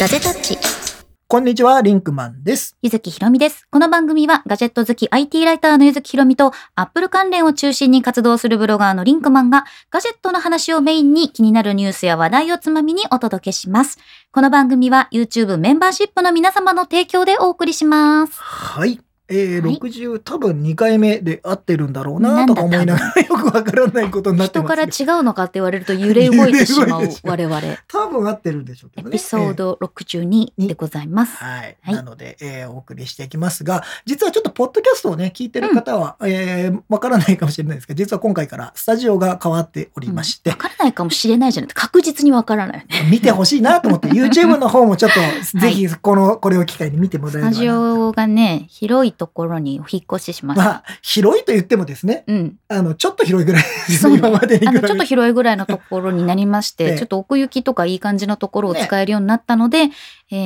ガジェタッチ。こんにちは、リンクマンです。ゆずきひろみです。この番組はガジェット好き IT ライターのゆずきひろみとアップル関連を中心に活動するブロガーのリンクマンがガジェットの話をメインに気になるニュースや話題をつまみにお届けします。この番組は YouTube メンバーシップの皆様の提供でお送りします。はい。えー、はい60、多分2回目で合ってるんだろうなとか思いながら よくわからないことになって人まかすらけ違ど。うのかって言われると揺れ動いてしま揺れ動いうてしまう我々。多分合ってるんでしょうけエどね。ピソード62でございます。はい。はいなので、えーお送りしていきますが、実はちょっとポッドキャストをね、聞いてる方は、えーわからないかもしれないですけど、実は今回からスタジオが変わっておりましてわ、からないかもしれないじゃなくて確実にわからない。見てほしいなと思 って、YouTube の方もちょっと、ぜひ、この、これを機会に見てもらスえればタな。ジオがね、広いところにお引っ越ししましまたあ。、広いと言ってもですね、うん。あの、ちょっと広いぐらいですそうね今までにあ比のべてちょっと広いぐらいのところになりましええて、ちょっと奥行きとかいい感じのところを使えるようになったので、え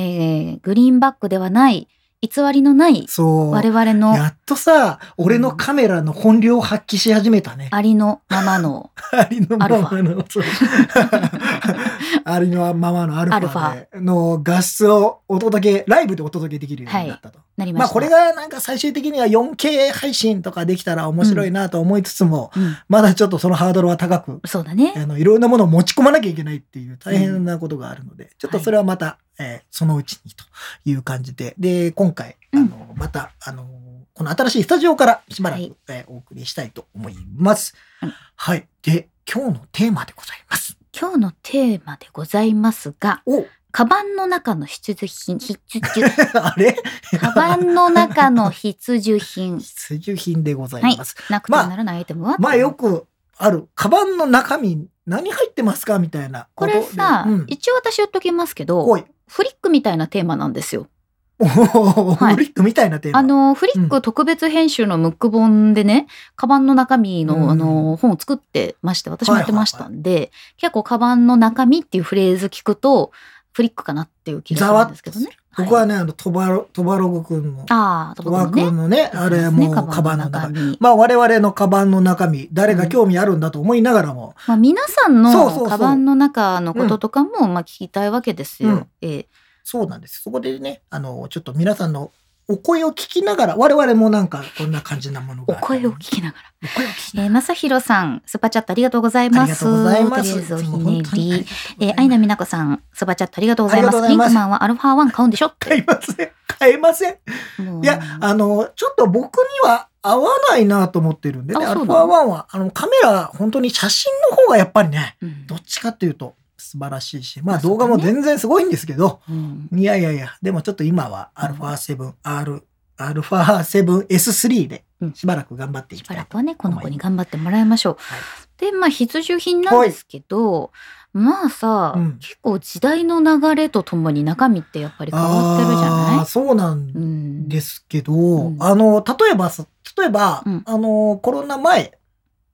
ーグリーンバックではない、偽りのないそう。我々のやっとさ、俺のカメラの本領を発揮し始めたね。ありのままのありのままの、そう ありのままのアルフアァでの画質をお届け、ライブでお届けできるようになったと。なりままあした。これがなんか最終的には 4K 配信とかできたら面白いなと思いつつも、うん、まだちょっとそのハードルは高く、そうだね。あのいろんなものを持ち込まなきゃいけないっていう大変なことがあるので、ちょっとそれはまた、えーそのうちにという感じで、で、今回、あうんの、また、あの、この新しいスタジオからしばらく、はいえーお送りしたいと思います、うんはい。で、今日のテーマでございます。今日のテーマでございますが、おカバンの中の必需品、必需品、 あれカバンの中の必需品、必需品でございます。なくてはならないアイテムは、まあよくある、カバンの中身何入ってますかみたいなことでれさ、うん、一応私言っときますけどお、い。フリックみたいなテーマなんですよ。おーはい ブリックみたいなテーマ。あの、フリッうク特別編集のムック本でね、カバンの中身の、うんあの、本を作ってまして、私もやってましたんで、結構カバンの中身っていうフレーズ聞くと、フリックかなっていう気がするんですけどね。僕はね、あの、トバロ、トバログ君の、ああ、とトころバログね。君のね、あれもう、カバンの中身。まあ、我々のカバンの中身、誰が興味あるんだと思いながらも、まあ、皆さんそうそうそのうカバンの中のこととかも、まあ、聞きたいわけですよ。うんええそうなんです。そこでね、あの、ちょっと皆さんのお声を聞きながら、我々もなんか、こんな感じなものおが。声を聞きながら。お声を聞きなえー、まさひろさん、スーパーチャットありがとうございがら。あまりがす。とうございます。とりあえずおいつひも本ね当にり。えー、アイナミナコさん、スーパーチャットありがとうございまありがとす。うござリいンますクマンはアルファ1買うんでしょって買いません。買えません。もういや、あの、ちょっと僕には合わないなと思ってるんでね、あアそルうフなァの1は、あの、カメラ、本当に写真の方がやっぱりね、うんどっちかっていうと素晴らしいし、まああそう動だね画も全然すごいんですけど、うんいやいやいや、でもちょっと今は α7R、α7S3 でうんしばらく頑張っていしきばたらい。くはねこの子に頑張ってもらいましょう。はいでまあ必需品なんですけどまあさ、うん結構時代の流れとともに中身ってやっぱり変わってるじゃあなーそうなんいうんですけど、うんあの、例えばさ、例えば、うんあの、コロナ前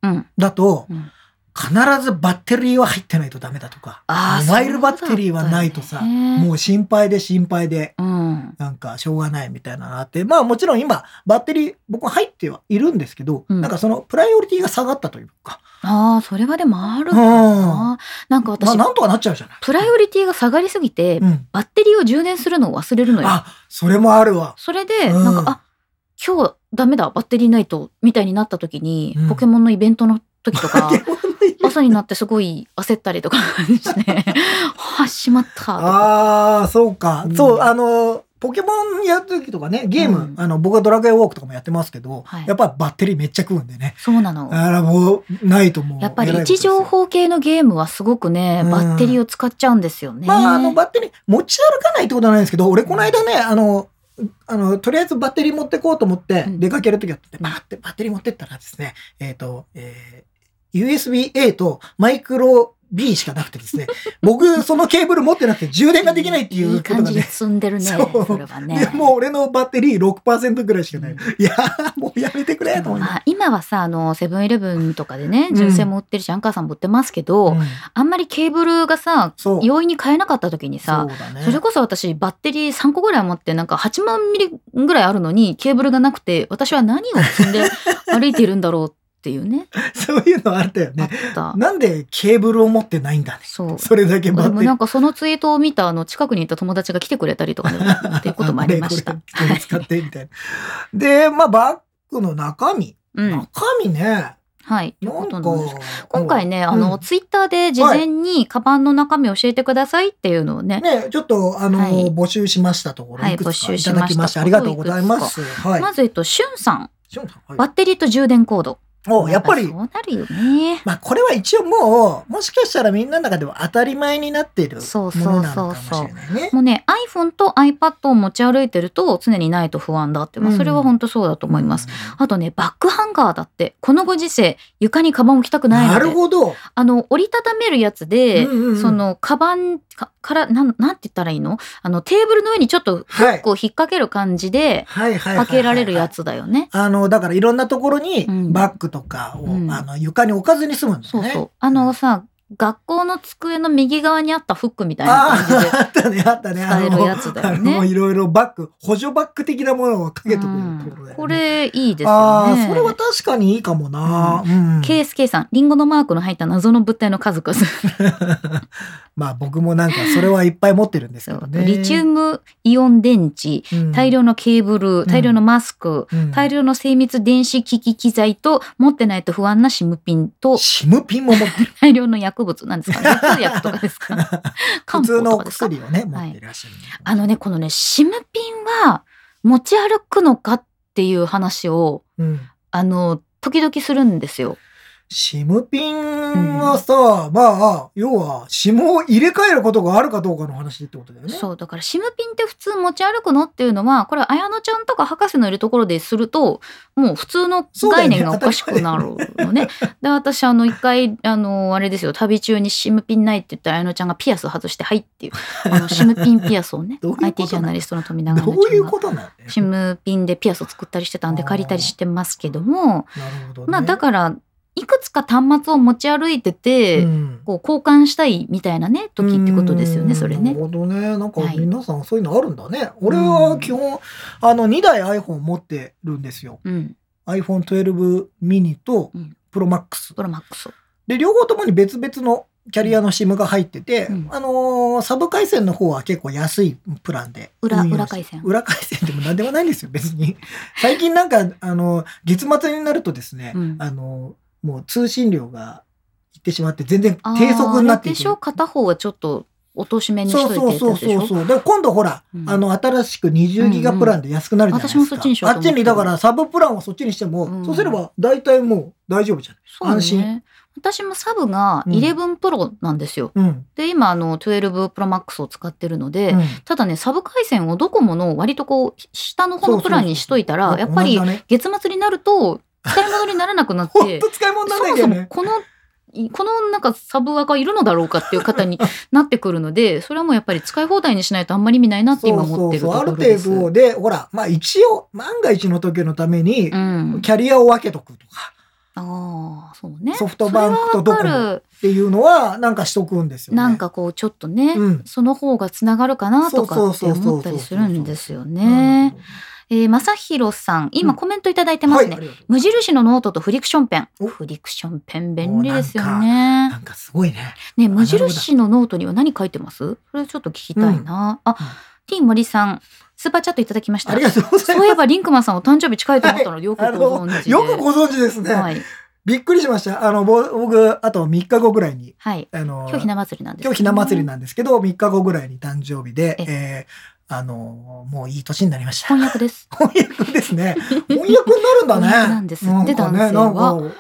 うんだと、うん必ずバッテリーは入ってないとダメだとか、あーモバイルバッテリーはないとそさ、うだったよねもう心配で心配で、うんなんかしょうがないみたいなのあって、まあもちろん今バッテリー僕も入ってはいるんですけど、うんなんかそのプライオリティが下がったというか、ああそれはでもあるうかん、まあな。なんか私、なんとかなっちゃうじゃない。プライオリティが下がりすぎて、うん。バッテリーを充電するのを忘れるのよ。あ、それもあるわ。それで、うんなんか、あ、今日ダメだ、バッテリーないと、みたいになった時に、うんポケモンのイベントの時と か、ポケモンの家朝になってすごい焦ったりとか して、はあ、しまったとか。ああ、そうか。うんそう、あの、ポケモンやるときとかね、ゲーム、うんあの、僕はドラクエウォークとかもやってますけど、はいやっぱりバッテリーめっちゃ食うんでね。そうなの。あら、もう、ないともう。やっぱりえら位いこ置とですよ情報系のゲームはすごくね、うんバッテリーを使っちゃうんですよね。まあ、あの、バッテリー、持ち歩かないってことはないんですけど、俺、この間ね、あの、あの、とりあえずバッテリー持ってこうと思って、うん出かけるときあって、うんバッて、バッテリー持ってったらですね、えっ、と、えー、USB-A とマイクロ B しかなくてで すね、僕、そのケーブル持ってなくて充電ができないっていうことが感じでね、積んでるね、そうそれはでね。もう俺のバッテリー6%ぐらいしかない。うんいやー、もうやめてくれと思いまなあ、今はさあのセブンイレブンとかでね純正も売ってるし、アンカーさんも売ってますけど、がら。うんあんまりケーブルがさそう。容易に買えなかった時にさそうだね。それこそ私バッテリー3個ぐらい持ってなんか8万ミリぐらいあるのにケーブルがなくて私は何を積んで歩いているんだろうっていうね。そういうのあったよあっね。た。なんでケーブルを持ってないんだね。そう。それだけで待ってもなんかそのツイートを見たあの近くにいた友達が来てくれたりとか ね、っていうこともありました。これこれ使ってみたいな。で、まあ、バッグの中身。うん。中身ね。はい。というなこんとかなんですけど。今回ね、あの、うんツイッターで事前にカバンの中身教えてくださいっていうのをね、ね、ちょっと、あの、はい募集しましたところ、はいいくつか募集いしたましただきまして、ありがとうございます。はい。まず、えっと、しゅんさん、ショーンさんはバッテリーと充電コード。い、おやっぱりそ、うなるよね。まあ、これは一応もう、もしかしたらみんなの中では当たり前になっているもそうそうのなのかもしれないね。もうね、iPhone と iPad を持ち歩いてると常にないと不安だって、まあ、うんそれは本当そうだと思います。うあとね、バックハンガーだって、このご時世、床にカバン置きたくん。ないので。なるほど。あの、折りたためるやつで、うんうんうんその、カバンかから、なん、なんて言ったらいいのあの、テーブルの上にちょっと、はい。こう、引っ掛ける感じで、はいはいはいはい。かけられるや。つだよね。あの、だからいろんなところにうんバッグとかを、うんあの床に置かずに済むんだそようね。そう。あのさ、学校の机の右側にあったフックみたいなあ感じであ、あったね、あったね。あ使えるやつだよあの、ね。いろいろバッグ、補助バッグ的なものをかけとくところだよね。うんこれ、いいですあよね。あ、それは確かにいいかもな。うん。ケースケイさん、リンゴのマークの入った謎の物体の数々。 まあ僕もなんかそれはいっぱい持ってるんですそけうどね。リチウムイオン電池、うん大、量のケーブル、大量のマスク、うん大量の精密電子機器機材と持ってないと不安なシムピンとシムピンも 持ってる。大量の薬物なんですかね頭痛薬とかですか漢 普通方のとおかですか薬をね、はい持っていらっしゃる。あのねこのねシムピンは持ち歩くのかっていう話をうん。あの時々するんですよ。シムピンはさ、まあ、要は、シムを入れ替えることがあるかどうかの話ってことだよね。そうだからシムピンって普通持ち歩くのっていうのはこれ綾乃ちゃんとか博士のいるところでするともう普通の概念がおかしくなるの ね。で私あの一回あのあれですよ旅中にシムピンないって言ったら綾乃ちゃんがピアス外して「はい」っていうあのシムピンピアスをね どういうことなの IT ジャーナリストの富永どのういうことなのシムピンでピアスを作ったりしてたんで借りたりしてますけどもなるほど、ね。まあだからいくつか端末を持ち歩いてて、うんこう交換したいみたいなね時ってことですよねそれなねる。ほどね。なんかはい皆さんそういうのあるんだね。俺は基本、あの、2台 iPhone 持ってるんですよ。うん、 iPhone12 mini とうん ProMax。プロマックスをで、両方ともに別々のキャリアの SIM が入ってて、うんあのーサブ回線の方は結構安いプランで裏運用して裏回線裏回線でも何でもないんですよ、別に。 最近なんか、あの、月末になるとですね、うんあの、もう通信量がいってしまって、全然低速になってあーあれいでくし。ょ片方はちょっとおとしめにしそうといてそうそうってやつそでしょうそう。だから今度ほら、うんあの、新しく20ギガプランで安くなるじゃないですか。うんうん私もそっちにしようと思あっってちるに、だからサブプランをそっちにしても、うんそうすれば大体もう大丈夫じゃそうね安心私もサブがうん11プロなんですよ、ない。うん。で今あの12プロマックスを使ってるので、うんただねサブ回線をドコモの割とこう下の方のプランにしといたらそうそうやっぱ同じりだね月末になる と使い物にならなくなっほんてと使い物になそんないんもだよそもこね。のこのなんかサブがいるのだろうかっていう方に なってくるのでそれはもうやっぱり使い放題にしないとあんまり意味ないなって今思ってるとこそうそろうそうあでるす。程度で、ほら、まあ一応、万が一の時のために、うん、キャリアを分けとくとかああそうねソフトバンクとドコモそれはわかるっていうのは、なんかしとくんですよね。なんかこうちょっとね、うんその方がつながるかなとかってそうそうそうそう思ったりするんですよなるねほ。ど、えー、まさひろさん、今うんコメントいただいてますね。はいありがとう無印のノートとフリクションペン。おフリクションペン便利ですよねな。んかすごいね。ね、無印のノートには何書いてますそれちょっと聞きたいな。あ、ティーン森さん、スーパーチャットいただきましたあり。がとうございそういえます。ばリンクマンさんお誕生日近いと思ったのでよくあご存の知、で。よくご存知ですね。はい。びっくりしました。あの、ぼ僕、あと3日後ぐらいに、はい。あの、今日ひな祭りなんです今ね日ひな祭りなんですけど、3日後ぐらいに誕生日で、ええーあの、もういい年になりました。翻訳です。翻訳ですね。翻訳になるんだね。翻訳なんですってなんか男性ね、なんはか、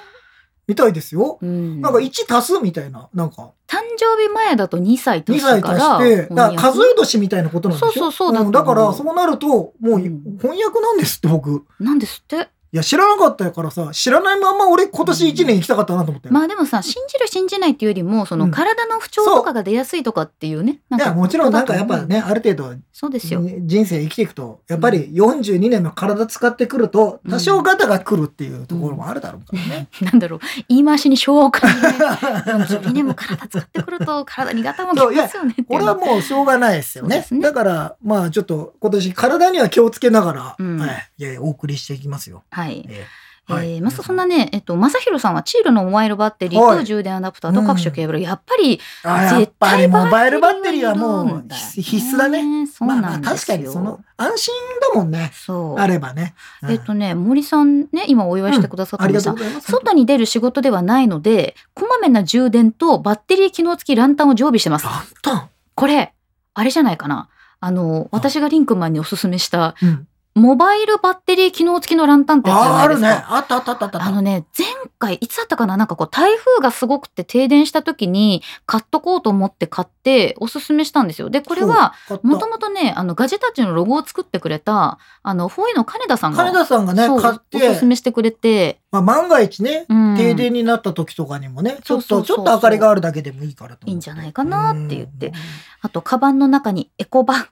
みたいですよ。うんなんか1足すみたいな、なんか、誕生日前だと2歳2年だ歳か足らして、だか翻ら訳数え年みたいなことなんですよ。そうそうそうだと思うんだから、そうなると、もううん翻訳なんですって僕。なんですっていや、知らなかったからさ、知らないまま俺今年1年行きたかったなと思って。まあでもさ信じる信じないっていうよりもそうのん体の不調とかが出やすいとかっていうね、いなやかもちろんなんかやっぱね、ある程度そうですよ、人生生きていくと、やっぱり42年の体使ってくると、多少ガタが来るっていうところもあるだろうからね。なんだろう言い回しに昭和を感じない42年も 体使ってくると体にガタもきますよねっていこうれはもうしょうがないですよそうねで。すねだから、まあちょっと今年体には気をつけながら、うんはい、いやいやお送りしていきますよ。はい、ええはいえーまさそんなね、えっと、まさひろさんはチールのモバイルバッテリーはとい充電アダプターと各種ケーブル、やっぱりあやっぱり絶対モバイルバッテリーはバもッうテリーはいるんだよね必必須だね。。そうまあまなあんで確すかよ。にその安心だもんね。そう。あればね。うんえっとね、森さんね、今お祝いしてくださったあんりでがすとがうございます。外に出る仕事ではないので、こまめな充電とバッテリー機能付きランタンを常備してます。ランタン。これ、あれじゃないかな。あの、私がリンクマンにおすすめした、うんモバイルバッテリー機能付きのランタンってやつじゃあなあいでるすね。か。あったあったあったあった。あのね、前回、いつだったかななんかこう、台風がすごくて停電した時に、買っとこうと思って買って、おすすめしたんですよ。で、これは、そう、買もっともとね、あの、ガジェタッチのロゴを作った作ってくれた、あの、4E の金田さんが、た金田さんがねそう買っおすすて、めしてくれて、まあ万が一ねうん、停電になった時とかにもね、ちょっそうそうそとちうそょうっと明かりがあるだけでもいいからと思って。いいんじゃないかなって言ってうん。あと、カバンの中にエコバッ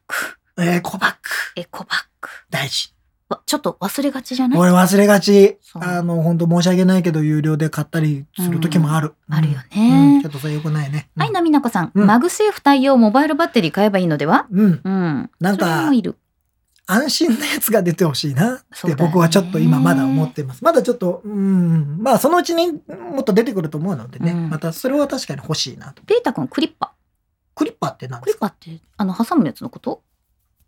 グ、えー、コバックエコバッグ。大事。わちょっと忘れがちじゃない俺忘れがちそうあの本当申し訳ないけど有料で買ったりする時もある、あるようんねちょ。っとそれよくないね、うん、はい、なみなこさん,、うんマグセーフ対応モバイルバッテリー買えばいいのではうんうん。なんかそれもいる。安心なやつが出てほしいなっそうてだよね僕はちょっと今まだ思っています、まだちょっとうんまあそのうちにもっと出てくると思うのでね、うんまたそれは確かに欲しいなとペータ君、クリッパ。クリッパーって何クでリすッかパって、あの、挟むやつのこと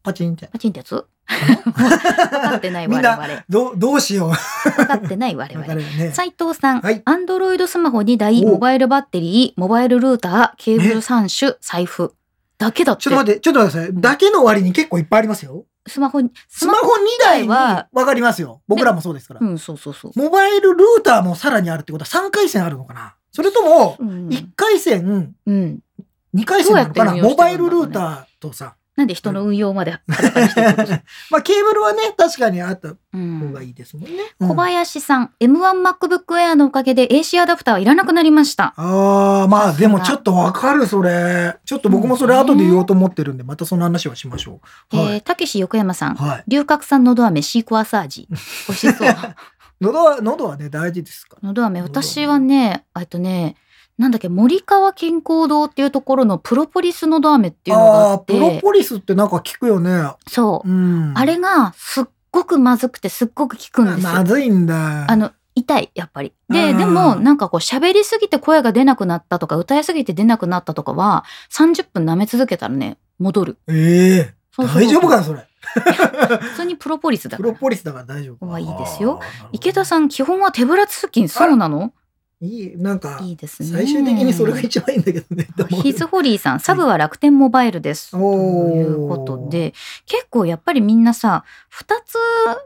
パチンって パチンってやつ分かってない我々。どうどうしよう分かってない我わか々。るよね斉藤さん、はい Android スマホ2台、おモバイルバッテリー、モバイルルーター、ケーブル3種、財布。だけだって。ちょっと待ってちょっと待ってくださいだけの割に結構いっぱいありますよスマホに、スマホ2台にわかりますよ僕らもそうですから、うん、そうそうそう。モバイルルーターもさらにあるってことは3回線あるのかなそれともうん1回線、うん。 2回線なのかな、どうやって運用モしてバるイんだろルうねルーターとさ、なんで人の運用まで裸にしてるの まあケーブルはね、確かにあったう方んがいいですもんね。小うん林さん、M1MacBook Air のおかげで AC アダプターはいらなくなりました。ああ、まあさすがでもちょっとわかる、それ。ちょっと僕もそれ後で言おうと思ってるんで、またその話はしましょう。はえーい。たけし横山さん、はい。龍角散のど飴シークワーサージ。美味し そう。喉は、喉はね、大事ですから。のど飴、のど飴私はね、えっとね、なんだっけ、森川健康堂っていうところのプロポリスのど飴っていうのがあああー、っプロて、ポリスってなんか聞くよね。そうう、ん。あれがすっごくまずくてすっごく効くんですよ。まずいんだ。あの、痛い、やっぱり。で、うんでも、なんかこう、喋りすぎて声が出なくなったとか、歌いすぎて出なくなったとかは、30分舐め続けたらね、戻る。ええそうそうそう大丈夫かな、それ。普通にプロポリスだプからロ。ポリスだから大丈夫か。はいいですよあー。なるほど池田さん、基本は手ぶら通勤、そうなのいい、なんか、いいですね。最終的にそれが一番いいんだけどね。でもヒズホリーさん、サブは楽天モバイルです。とおーいうことで、結構やっぱりみんなさ、二つ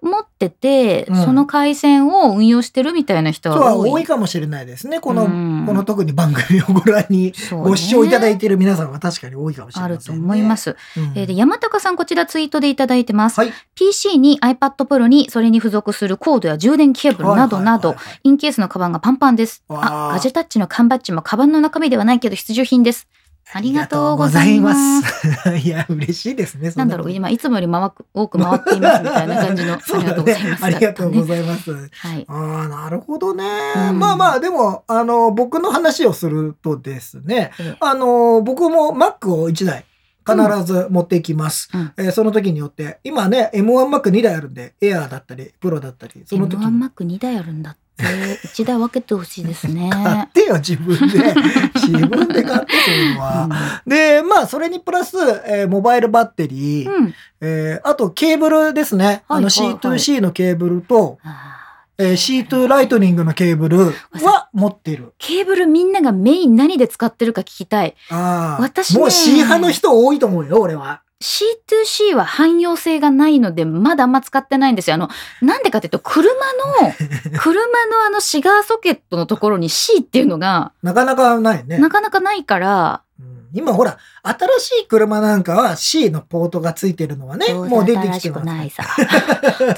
持ってて、うんその回線を運用してるみたいな人人はは多い。多いかもしれないですね。この、うんこの特に番組をご覧にそうねご視聴いただいている皆さんは確かに多いかもしれあません、ね。ると思いま。す。うん、えーで山高さん、こちらツイートでいただいてます。はい。 PC に iPad Pro にそれに付属するコードや充電ケーブルなどなはどい、はいはいはいインケースのカバンがパンパンです。わあ、あガジェタッチの缶バッジもカバンの中身ではないけど必需品です。ありがとうございます。ありがとうございます。い や、嬉しいですね。なんだろう、そ。今いつもより回く多く回っていますみたいな感じの そうだね。あありりががととううごございます。ざいます。はい。ああ、なるほどね。うんまあまあ、でも、あの、僕の話をするとですね、ええあの、僕も Mac を1台必ず持っていきます。うんえーその時によって、今ね、M1Mac2 台あるんで、Air だったり、Pro だったり、その時 M1 に。 Mac2 台あるんだって、1台分けてほしいです ね。買ってよ、自分で。 自分で買って、そういうのは。で、まあ、それにプラス、えーモバイルバッテリー、うん。うんえーあとケーブルですね。はいはいはいあの C2C のケーブルと、あーえー C2 ライトニングのケーブルは持ってる。ケーブルみんながメイン何で使ってるか聞きたい。ああ。私ねもう C 派の人多いと思うよ、俺は。 C2C は汎用性がないので、まだあんま使ってないんですよ。あの、なんでかっていうと、車 の、車のあのシガーソケットのところに C っていうのが、なかなかないね。なかなかないから、うん今ほら、新しい車なんかは C のポートがついてるのはね、どうもうせ出て新きしてまくす。ないさ。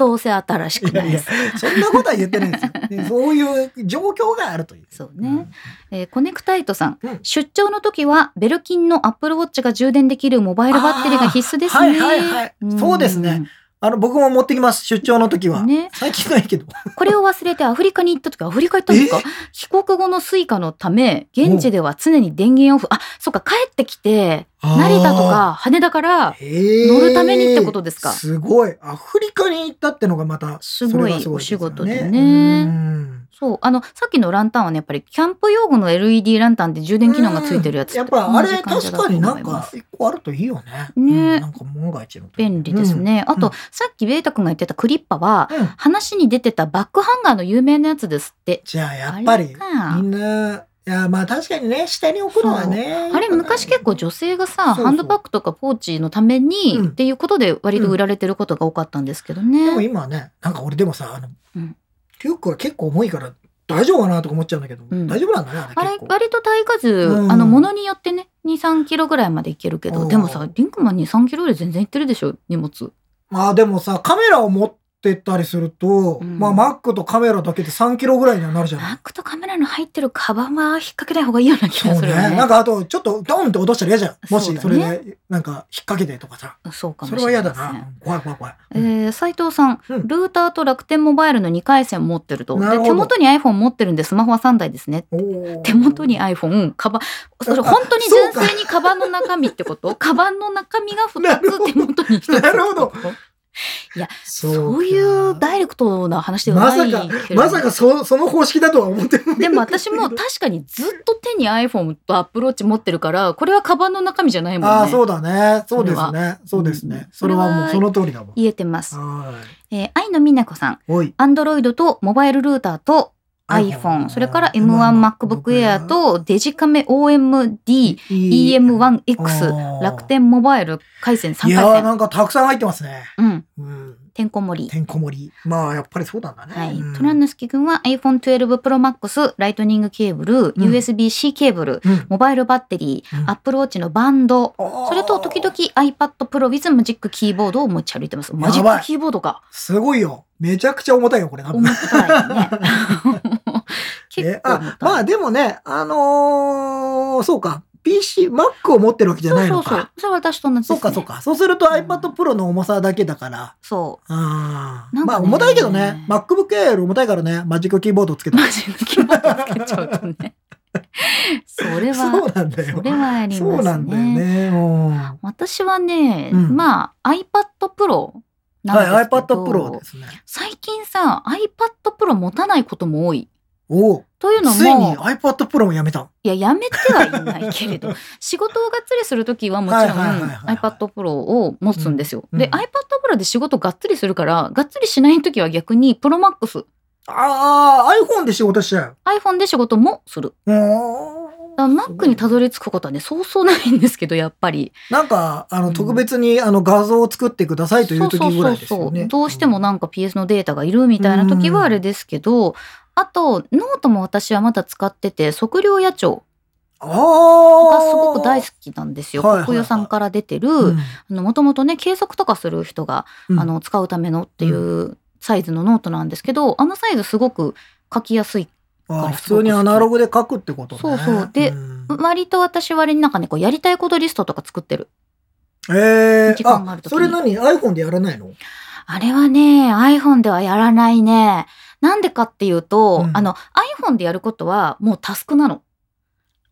どうせ新しくないさ。そんなことは言ってないですよ。ねそういう状況があるという。そうねえーコネクタイトさん、うん出張の時はベルキンの Apple Watch が充電できるモバイルバッテリーが必須ですね。あーはいはいはいそうですねあの、僕も持ってきます、出張の時は。ね、最近ないけど。これを忘れてアフリカに行った時アフリカ行ったんですか帰国後のスイカのため現地では常に電源オフあそっか帰ってきて 成田とか羽田から乗乗るためにってことですかすごい。アフリカに行ったってのがまた、すごいそれがお仕事ですでよねうんそうあのさっきのランタンはねやっぱりキャンプ用語の LED ランタンで充電機能がついてるやつやっとぱあ同れじ感じ確だとかにな思んいまかす一個あるといいよね。ねうんなんか万が一の時便利です。ね、あと、うんさっきベータ君が言ってたクリッパはうんうん話に出てたバックハンガーの有名なやつですってじゃあやっぱあれりかみんな、いやまあ確かにね、下に置くのはね。あれ昔結構女性がそさうそうハンドバッグとかポーチのために、うんっていうことで割と売られてることが多かったんですけどでもね。今はね、なんか俺でもさ、あのうん、リュックは結構重いから大丈夫かなとか思っちゃうんだけど、うん大丈夫なんだね、ああれれ結構。割と耐荷数、うんあの物によってね23キロぐらいまでいけるけうどんでもさリンクマン23キロより全然いってるでしょ荷物まあでもさ、カメラを持ってったりすると、うんまあ Mac とカメラだけで3キロぐらいにはなるじゃマないッ。クとカメラの入ってるカバンは引っ掛けない方がいいような気そうがねするよね なんかあと、ちょっとドンって落としたら嫌じゃん。そもうしだねそれで、なんか引っ掛けてとかさ。そうかそもれしはれ嫌まだせんな。怖い怖い怖い。えー、斉藤さん、うんルーターと楽天モバイルの2回線持ってるとでなるほど手元に iPhone 持ってるんでスマホは3台ですねおー手元に iPhone カバンそれあ本当にそ純うか粋にカバンの中身ってことカバンの中身がな2るほどつ手元に1つってことなるほどそそうかいうダイレクトな話ではまなさいかけ、れどまさかそその方式だとは思ってもでも私も確かにずっと手に iPhone とアプローチ持ってるからこれはカバンの中身じゃないもんねああ、そうだね。そうですね。そうですうんね。それはもうその通りだもん。言えてます、はえー、愛の美奈子さんい。おい。 Android とモバイルルーターと iPhone それから M1MacBook Air とデジカメ OMD EM1X 楽天モバイル回線い3やー回線なんかたくさん入ってますね。うんうん。てんこ盛りてんこ盛り。まあやっぱりそうなんだね。はいうん、トランヌスキ君は iPhone12 Pro Max ライトニングケーブル、ん USB-C ケーブルうんモバイルバッテリー、うん Apple Watch のバンドあーそれと時々 iPad Pro with マジックキーボードを持ち歩いてますマジやッばクいキーボードかすごいよ。めちゃくちゃ重たいよ、これ多分。重たいね結 え構重あ、またいあでもね、あのーそうか。PC、Mac を持ってるわけじゃそなういそうのそうか。それは私と同じです、そね、うか、そうか。そうすると iPad Pro の重さだけだから。そうあなんあ。かねまあ重たいけどね。MacBook Air より重たいからね。マジックキーボードつけて。マジのキーボードつけちゃうとね。 それそうは、なんだよそ。れはありますね。そうなんだよね。うんは私はね、うんまあ iPad Pro い、なんですけ iPad ど、 Pro ですね。最近さ、iPad Pro 持たないことも多い。おお。というのついにも、 iPad Pro もやめた。いや、やめてはいないけ れど、仕事をがっつりするときはもちろんはいはいはいはい iPad Pro を持つんですよ。うんで、うん iPad Pro で仕事がっつりするから、がっつりしないときは逆に Pro Max、ああ、iPhone で仕事しちゃう。 iPhone で仕事もする。うだーかんら Mac にたどり着くことはね、そうそうないんですけど、やっぱり。なんか、あうの、ん特別に、あの、画像を作ってくださいという時ぐらいですよね。どうしてもなんか PS のデータがいるみたいな時はあれですけど、あとノートも私はまだ使ってて測量野鳥うん。あがあ。すごく大好きなんですよ。はいはいはい国有さんから出てる、うんあのもともとね計測とかする人が、うんあの使うためのっていうサイズのノートなんですけどあのサイズすごく書きやすい。あー普通にアナログで書くってことね。そうそうでん割と私割になんかねこうやりたいことリストとか作ってる。ええ時間がある時にそれ何 ?iPhone でやらないのあれはね iPhone ではやらないね。なんでかっていうと、うんあの iPhone でやることはもうタスクなの。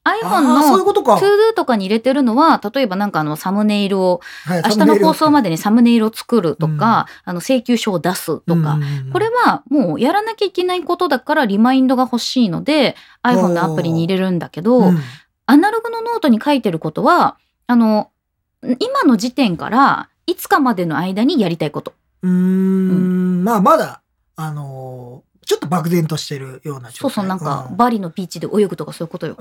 iPhone ああそういうのことか。 ToDo とかに入れてるのは例えばなんかあのサムネイルをはい明日の放送までにサムネイルを作るとか、あの請求書を出すとか、、これははもうやらなきゃいけないことだからリマインドが欲しいので iPhone のアプリに入れるんだけど、アナログのノートに書いてることはあの今の時点からいつかまでの間にやりたいこと。うーん、まあまだ、あのーちょっと漠然としてるようなそ状態うそう、なんか、うバリのビーチで泳ぐとかそういうことよ。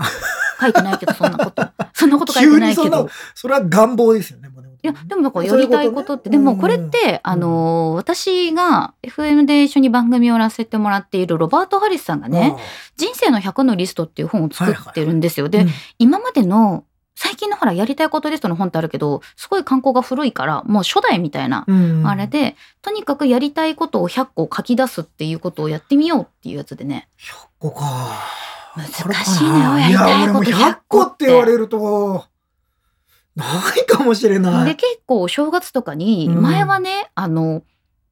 書いてないけど、そんなこと。 そんなこと書いてない急けにそんどな。それは願望ですよね、もうねいや、でもなんかやりたいことって、そうでいうもこことねれって、あのー、私が FM で一緒に番組をやらせてもらっているロバート・ハリスさんがね、、人生の100のリストっていう本を作ってるんですよ。うんで、今までの、最近のほら、やりたいことリストの本ってあるけど、すごい観光が古いから、もう初代みたいな、うんうんあれで、とにかくやりたいことを100個書き出すっていうことをやってみようっていうやつでね。 100個か。難しいねこれかないやりたいことや、俺も100個って言われると、ないかもしれなでい。結構お正月とかにうん前はね、あの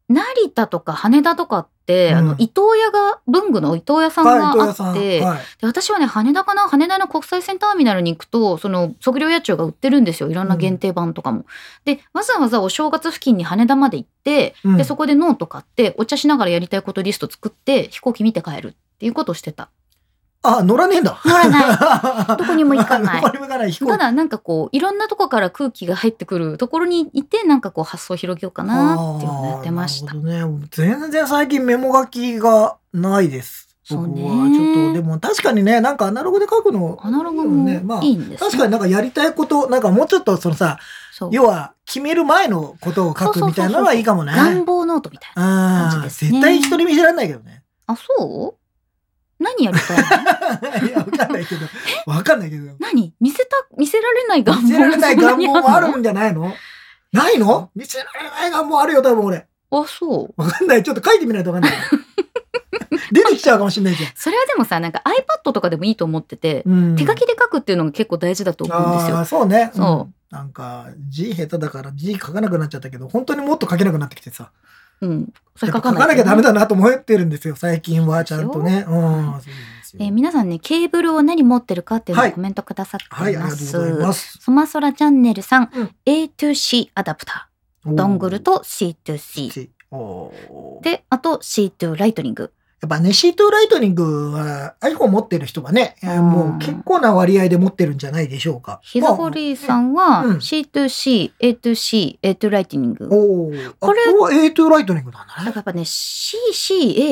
成田とか羽田とかって、うんあの、伊東屋が、文具の伊東屋さんはい、が豊あ田さん。っはい。て、で私はね、羽田かな羽田の国際線ターミナルに行くと、その、測量野鳥が売ってるんですよ。いろんな限定版とかも。で、わざわざお正月付近に羽田まで行って、うんで、そこでノート買って、お茶しながらやりたいことリスト作って、飛行機見て帰るっていうことをしてた。あ、乗らねえんだ。乗らない。 いどこにも行かないどこにも行かない。飛行た機。だなんかこういろんなとこから空気が入ってくるところにいてなんかこう発想を広げようかなっていうのをやってましたあ。ーなるほどね、全然最近メモ書きがないです。そうね僕はちょっと、でも確かにね、なんかアナログで書くの、アナログねまもあいいんです、ね確かになんかやりたいこと、なんかもうちょっとそのさ、そう要は決める前のことを書くみたいなのはいいかもね。願望ノートみたいな。あ感じあ、ですね絶対人に見せられないけどね。あそう何やりたい のいや、わかんないけど、わかんないけど。何見せた見せられない願望見せられない願望もあそんなにるんじゃないのないの見せられない願望あるよ、多分俺。のあそう。わかんない。ちょっと書いてみないとわかんない。 出てきちゃうかもしれないじゃん。それはでもさなんか iPad とかでもいいと思ってて、うん、手書きで書くっていうのが結構大事だと思うんですあよ。あそうね。そうんなんか字下手だから字書かなくなっちゃったけど本当にもっと書けなくなってきてさうん。そやれっ書ぱ書かかないとなきゃダメだなと思ってるんですよ最近はちゃんとね。うん、そうなんですよえー皆さんねケーブルを何持ってるかっていうのをコメントくださっはていいありまがとうす。ございます。ソマソラチャンネルさん、うん A2C アダプター、ドングルと C2C。 C。おーで、あと C2 ライトニング。やっぱね、シートライトニングは iPhone 持ってる人はね、えーうんもう結構な割合で持ってるんじゃないでしょうか。ヒザホリーさんはうん C2C、A2C、A2 ライトニング。まあ。おお。ここれれは A2 ライトニングなんだからだねや。っぱね、CC、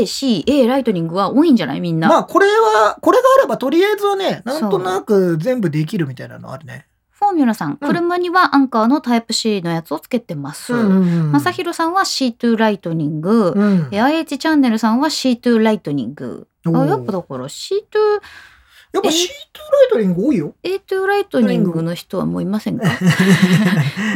AC、A ライトニングは多いんじゃないみんな。まあこれは、これがあればとりあえずはね、なんとなく全部できるみたいなのあるね。フォーミュラさん、うん車にはアンカーのタイプ C のやつをつけてます。んまさひろさんは C2 ライトニング。うんえ IH チャンネルさんは C2 ライトニング。おあーやっぱだから C2、やっぱシートライトニング多いよ。 A2 ライトニングの人はもういま せんか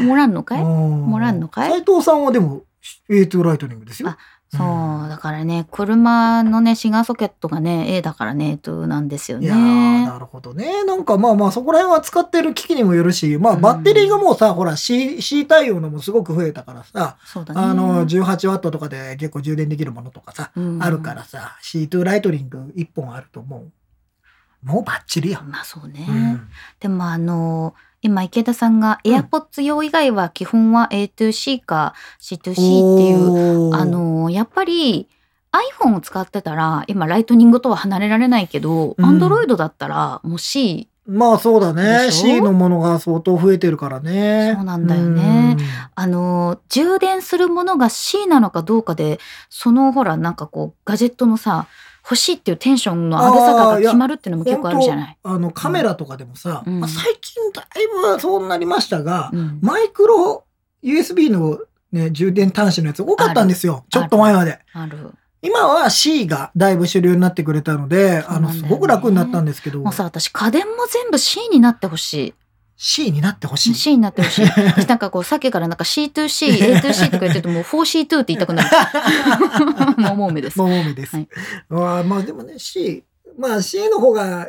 もらんのかいもらんのかい斉藤さんはでも A2 ライトニングですよあ。そう、だからね、車のね、シガーソケットがね、A だからね、A2 なんですよいやーね。なるほどね。なんかまあまあそこら辺は使ってる機器にもよるし、まあバッテリーがもうさ、ほら C, C 対応のもすごく増えたからさ、そうだね。あの18ワットとかで結構充電できるものとかさ、うんあるか。らさ、C2 ライトニング1本あるともう、もうバッチリやん。まあそうね。うんでもあの今池田さんがうん AirPods 用以外は基本は A2C か C2C っていう、おーあのやっぱり iPhone を使ってたら今ライトニングとは離れられないけど、うん Android だったらもう C まあそうだね。でしょ C のものが相当増えてるからね。そうなんだよねあの充電するものが C なのかどうかでそのほらなんかこうガジェットのさ欲しいっていうテンションの上げさが決まるっていうのもうん。結構あるじゃない。本当あのカメラとかでもさ、うんまあ、最近だいぶそうなりましたが、うんマイクロ USB の、ね、充電端子のやつ多かったんですあよ。るちょっと前まで。ある今は C がだいぶ主流になってくれたので、そうなあんだよねの、すごく楽になったんですけどもう、さ私家電も全部 C になってほし C になってほしいい。 C になってほしい私なんかこうさっきからなんか C2CA2C とか言ってるともう 4C2 って言いたくなるもうもう目ですもう多めです。はいああまあでもね、C、まあ C の方が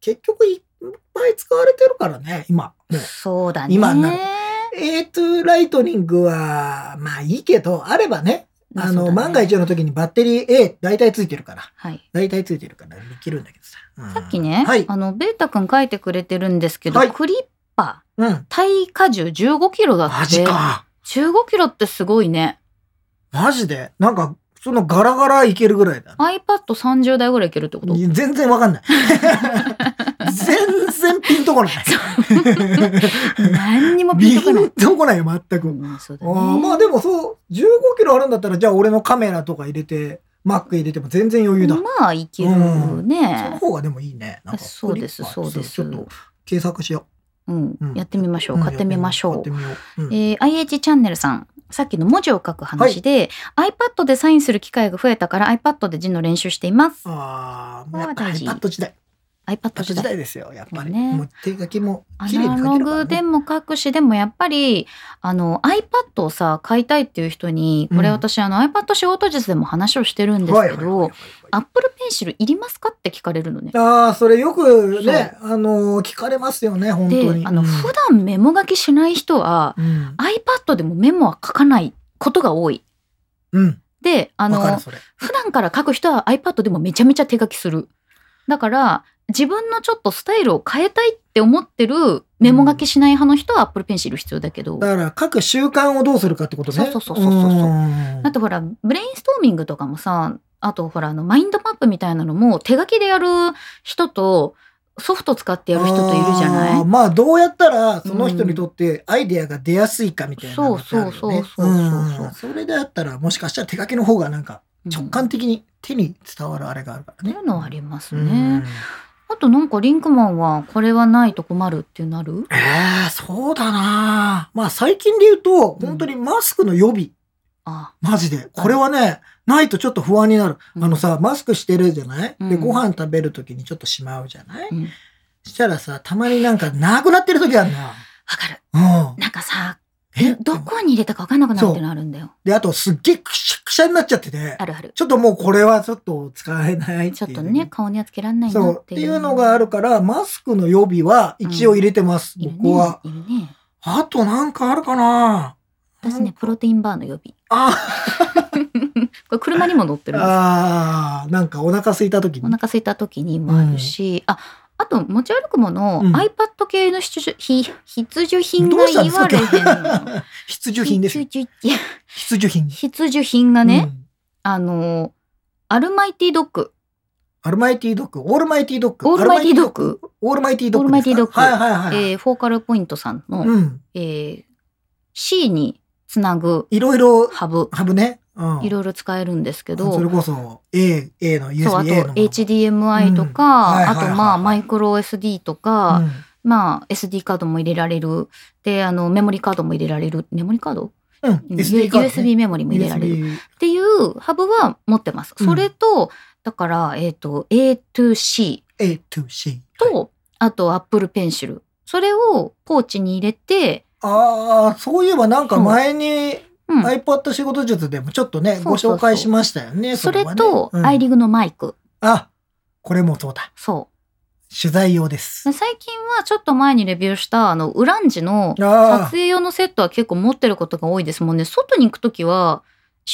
結局いっぱい使われてるからね、今。もうそうだね今になる A2 ライトニングは、まあいいけど、あればね、まあそうの、だね万が一の時にバッテリー A 大体ついてるから、はい大体ついてるからできるんだけどさ。うんさっきね、はい。あのベータ君書いてくれてるんですけど、はいクリッパうん。ー耐荷重15キロだってマジか。 15キロってすごいねマジでなんか、そのガラガラいけるぐらいだ。 iPad30 台ぐらいいけるってこと全然わか んない。全然ピンとこない。 何にもピピンとこないンとこないよ、全く。うんそうだあねーまあでもそう、15キロあるんだったら、じゃあ俺のカメラとか入れて、Mac 入れても全然余裕だ。まあいけるそのね、方がでもいいね。なんかそうですそうですちょっと検索しようんうんやってみましうょう。うん買ってみましょう、やってみよう。買ってみようえー IH チャンネルさんさっきの文字を書く話で、iPad でサインする機会が増えたから iPad で字の練習していますうんああ、こもれうやはっぱ大事 iPad 時代。 iPad 時 iPad 時代代ですよ、やっぱり。そうねもう手書きもア綺麗にナ書けロるからグでね。も書くしでもやっぱりあの iPad をさ買いたいっていう人にこれうん私、あの iPad 仕事術でも話をしてるんですはいけはいはいはどいはい Apple Pencil いりますかって聞かれるのね。ああ、それよくね、あのー、聞かれますよね、本当でに。あのうん普段メモ書きしない人はうん iPad でもメモは書かないことが多い。うん。で、あわかのる、、それ。普段から書く人は iPad でもめちゃめちゃ手書きする。だから、自分のちょっとスタイルを変えたいって思ってるメモ書きしない派の人は Apple Pencil 必要だけど、だから、各習慣をどうするかってことね。そうそうそうそうそうそううんあとほら、ブレインストーミングとかもさ、あとほら、あの、マインドマップみたいなのも手書きでやる人と、ソフト使ってやる人といるじゃなあーいまあ、どうやったら、その人にとってアイデアが出やすいかみたいなのってあるよね。そうそうそうそうそうんそれであったら、もしかしたら手書きの方がなんか、直うん感的に手に伝わるあれがあるからっていね。うのはありますうね。ん。あとなんかリンクマンは、これはないと困るっていうのあるええそうだなまあ、最近で言うと、うん本当にマスクの予備。あマジで。これはね、ないとちょっと不安になる。うんあのさ、マスクしてるじゃない、うで、んご飯食べるときにちょっとしまうじゃない、うん。わしたらさ、たまになんかなくなってるときあるかる。な。うん。なんかさ、えどこに入れたかわかんなくなるってのあるんだよ。で、あとすっげえくしゃくしゃになっちゃってて、あるある。ちょっともうこれはちょっと使えないってちょっいうとね、。顔にはつけらんないなそう。っってていう。いうのがあるから、マスクの予備は一応入れてます、いるね僕は。いるね。あとなんかあるかな私ね、プロテインバーの予備。あこれ車にも乗ってるんですよあー、なんかお腹空いたときおに。腹空いた時にもあるし、ああと持ち歩くもの、うん iPad 系の必需ひ必需品がどうしたんで言すかわれへんの 必需品ですよ。必需いや必需品。必需品がね、うんあのアルマイティドッグアルマイティドッグ、オールマイティドッグ。オールマイティドッグオールマイティドッグ。オールマイティドッグはいはいはい。えーフォーカルポイントさんの、うん。えー C につなぐいろいろ、ハブハブね。うん。いろいろ使えるるんですけどそれこそ、A、A の USB そうあと A の。 HDMI とか、はいはいあはいとまあマイクロ SD とか、うんまあ SD カードも入れられるであのメモリーカードも入れられるメモリーカードうん。うん SD カードね。 USB メモリも入れられる USB っていうハブは持ってます。うんそれと、だから、えっ、と、A to C A to C。と、あと Apple Pencil。それをポーチに入れて、ああ、そういえばなんか前にうん。 iPad 仕事術でもちょっとね、そごうそうそう紹介しましたよね。それはねと、うんアイリングのマイク。あ、これもそうだ。そ取材用ですう。。最近はちょっと前にレビューした、あの、ウランジの撮ああ、影用のセットは結構持ってることが多いですもんね。外に行くときは、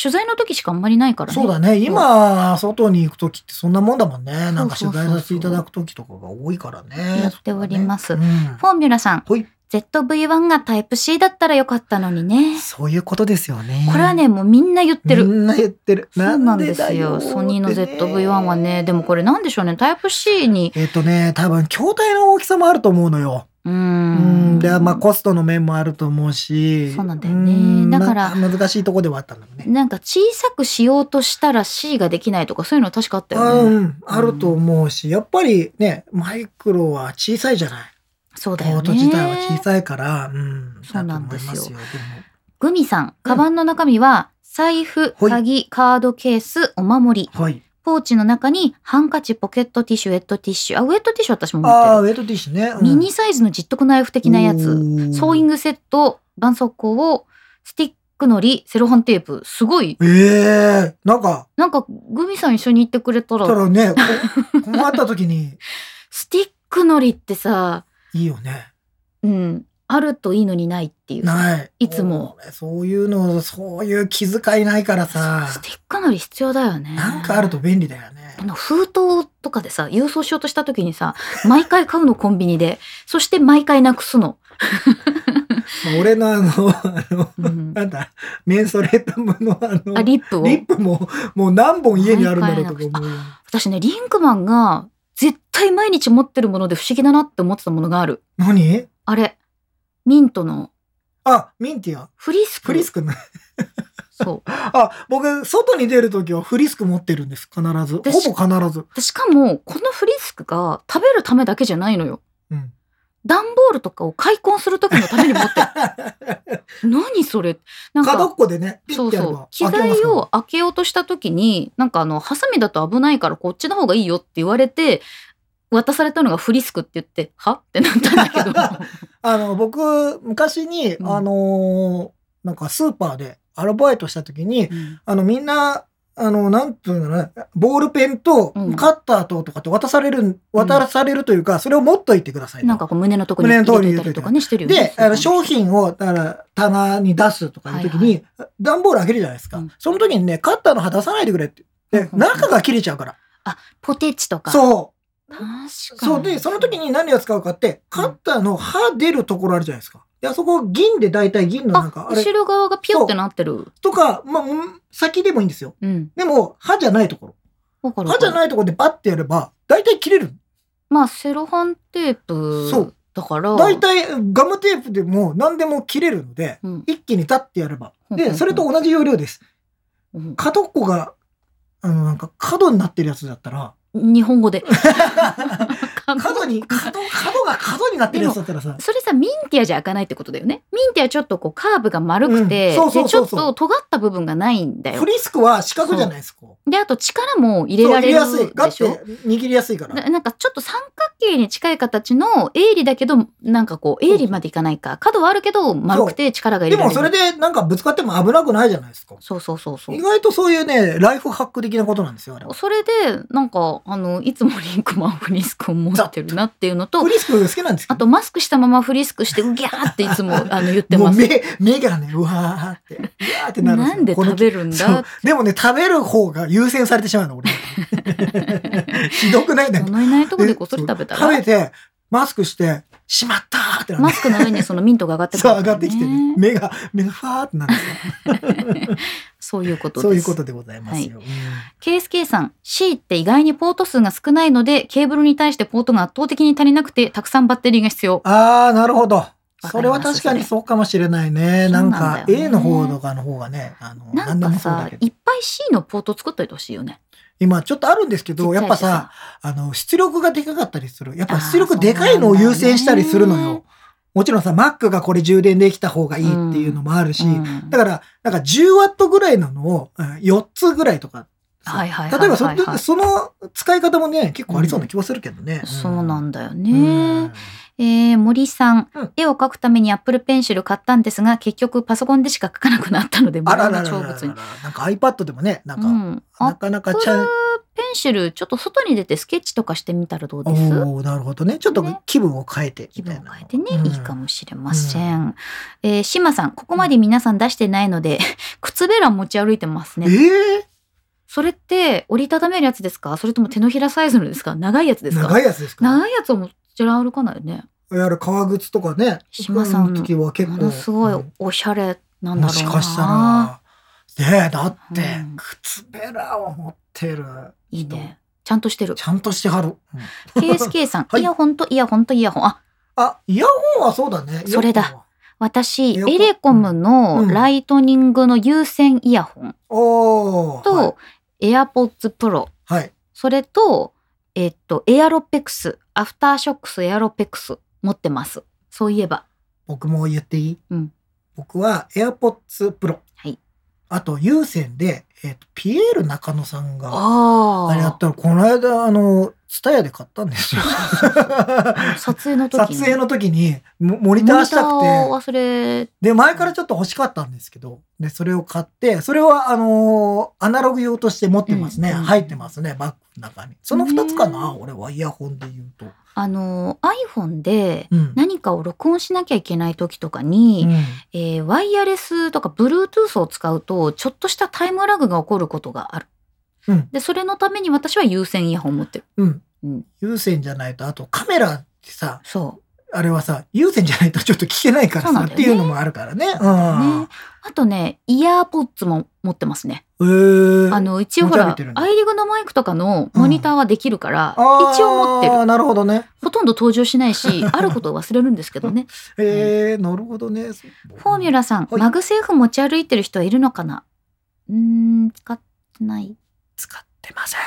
取材の時しかあんまりないからね。そうだね。今、外に行くときってそんなもんだもんね。なんか取材させていただくときとかが多いからね。やっておりますそうだねうんフォーミュラさんほい。 ZV-1 がタイプ C だったらよかったのにね。そういうことですよね。これはね、もうみんな言ってる。みんな言ってる。そうなんですなよ。んでだってねソニーの ZV-1 はね、でもこれなんでしょうね、タイプ C に。えっとね、多分、筐体の大きさもあると思うのよ。ううーん。ん。で、まあ、コストの面もあると思うし。そうなんだよねうんだからな難しいとこではあったんだろうね。なんか小さくしようとしたら C ができないとかそういうの確かあったようね。ん。あると思うし、やっぱりね、マイクロは小さいじゃない。そうポだよート自体はね小。さいから、うん。そうなんですよだと思いまでもグミさん、カバンの中身は財布、ほい鍵、カードケース、お守り。はい。ポーチの中にハンカチ、ポケットティッシュ、ウェットティッシュ。あ、ウェットティッシュ私も持ああ、ってる。ウェットティッシュね。うんミニサイズのジットクナイフ的なやつ。おソーイングセット、絆創膏を、スティックのり、セロハンテープ。すごい。ええなんか、なんか、グミさん一緒に行ってくれたたら、らね、こ困った時に、スティックのりってさ、いいよね。うん、あるといいのにないっていう。ない。いつもそうね。そういうの、そういう気遣いないからさ、スティックのり必要だよね。なんかあると便利だよねあ。の封筒とかでさ、郵送しようとした時にさ、毎回買うのコンビニで、そして毎回なくすの。まあ俺のあの、あの、うんなんだ、メンソレータムのああ、の、リリップを。ップも、もう何本家にあるんだろうとか毎回な思うよ。私ね、リンクマンが絶対毎日持ってるもので不思議だなって思ってたものがある。何あれ、ミントのあ、ミンティア。フリスク。フリスクね。そう。あ、僕、外に出るときはフリスク持ってるんです。必ず。ほ私ぼ必ず。でしかも、このフリスクが食べるためだけじゃないのよ。うん。段ボールとかを開墾する時のため に持ってる。何それ なん角っか、こでね、ピそッうてやれそうば。。機開けます材からを開けようとした時に、なんかあの、ハサミだと危ないからこっちの方がいいよって言われて、渡されたのがフリスクって言って、はってなったんだけど。あの、僕、昔に、うんあのーなんかスーパーでアルバイトした時に、 うんあの、みんな、あの、なんていうのね、ボールペンとうんカッターととかって渡される、渡されるというか、それを持っといてください と。なんかこう胸のとこに胸のとこ入にれといたりとかね、してるよね。で、あのそういう商品をだから棚に出すとかいう時に、段ボール開けるじゃないですか。うんその時にね、カッターの刃出さないでくれって。うんでうん、うん中が切れちゃうから。ポテチとか。う。そ確かに。う。そう。で、その時に何を使うかって、カッターの刃出るところあるじゃないですか。で、あそこ銀で大体銀のなんあ、か、あれ後ろ側がピュってなってる。とか、まあ、うん先でもいいんですよ。うん。でも、刃じゃないとこわかるろ。わ刃かじるゃないところでバッてやれば、大体切れる。まあ、セロハンテープ。そうだから。大体ガムテープでも何でも切れるので、うん。一気に立ってやれば。うんうんうで、んそれと同じ要領です。うん角っこが、あの、なんか角になってるやつだった ら、日本語で。 角に、角、角が角になってるやつだったらさ、それさミンティアじゃ開かないってことだよねミンティアちょっとこうカーブが丸くて、うんそうそうそうそうでちょっと尖った部分がないんだフよリスクは四角じゃないですか。こであと力もう入れられそう入やするい。ガでしッょて握りやすいから。ななんかちょっと三角形に近い形の鋭利だけどなんかこう鋭利までいかないか角はあるけど丸くて力が入でれられもるそれでなんかぶつかっても危なくないじゃないですか。そうそうそうそ意う外とそういうね、ライフハック的なことなんですよ、あれは。それでなんかあのいつもリンクマンフリスクを持ってるなっていうのとフリスク好きなんですけあど。とマスクしたままフリスクしてギャーっていつもあの言って もうます目、目がね、うわーって、うわーってなるなんでこの食べるんそだうでもね、食べる方が優先されてしまうの、俺。 ひどくないなんか物いないとこでこっそり食べたら食べて、マスクして、しまったーってなるマスクの上にそのミントが上がってくそるう、上がってきてね。目が、目がふわーってなるんですよ。そういうことです。そういうことでございますよ。 KSK さん、C って意外にポート数が少ないので、ケーブルに対してポートが圧倒的に足りなくて、たくさんバッテリーが必要。ああー、なるほど。ますそれは確かにそうかもしれないね。なんか、そうなんだよね A の方とかの方がね、あの、なんでかもそうさだけ、どいっぱい C のポート作っといてほしいよね。今ちょっとあるんですけちど、ちゃやいっしぱさ、、あの、出力がでかかったりする。やっぱ出あ力ーそうでなんだかよねいのを優先したりするのよ。もちろんさ、Mac がこれ充電できた方がいいっていうのもあるし、うんだから、なんか 10W ぐらいなのをうん4つぐらいとかさ。はいはいはいはいはい例えばそれ、その使い方もね、結構ありそうな気はするけどね。そうなんだようね。んえー森さん,、うん絵を描くために Apple Pencil 買ったんですが、結局パソコンでしか描かなくなったので、無あら駄らならら長らら物に。なんか iPad でもね、なんか、うん、なアかなッかプちゃルん、ペンシルちょっと外に出てスケッチとかしてみたらどうですおーなるほどね。ちょっとね気分を変えて気み分たをいな。変えてね、うんいいかもしれません。えー、シマさん、ここまで皆さん出してないので、 靴べら持ち歩いてますね。えそれって折りたためるやつですかそれとも手のひらサイズのですか長いやつえですか長いやつですか長いやつを持ち歩かないよね。やる革靴とかね、島さんの時は結も構。のすごういんおしゃれなんだろうもな。しかしたら。ねえ、だっうてん、靴べらを持ってる。いいね。ちゃんとしてるち。ゃんとしてはる。うん KSK さん、はいイヤホンとイヤホンとイヤホン。あ、あ、イヤホンはそうだね。それだイヤホンは。私、イヤエホンレコムうのんライトニングの有線イヤホンおー。と、はい AirPods Pro。はい。それと、えっと、エアロペクス、アフターショックスエアロペクス持ってます。そういえば。僕も言っていい、うん僕は AirPods Pro。はいあと、有線で、えっとピエール中野さんが、ああれやったら、この間、あの、ツタヤで買った んですよ。撮影の時に。 撮影の時に、モモニターしたくモニターをて、忘れで、前からちょっと欲しかったんですけど、で、それを買って、それは、あのーアナログ用として持ってますね。うんうん入ってますね、バッグの中に。その二つかな、ね俺はイヤホンで言うと。あの、iPhone でうん。何かを録音しなきゃいけない時とかに、うんえーワイヤレスとか Bluetooth を使うと、ちょっとしたタイムラグが起こることがある。うんで、それのために私は有線イヤホン持ってる。うんうん。有線じゃないと、あとカメラってさ、そあれはさ、有線じゃないとちょっと聞けないからそうさ、なんっだよてねいうのもあるからね。う。ね。あとね、イヤーポッツも持ってますね。うん。へーあ、の一応持ほち歩らいてるんだアイリグのマイクとかのモニターはできるから、あー一応持ってるなるほどね。ほとんど登場しない しあることを忘れるんですけどねえー、なるほどね。フフォーミュラさん、はいマグセーフ持ち歩いてる人はいるのかなうーん使ってない使ってません。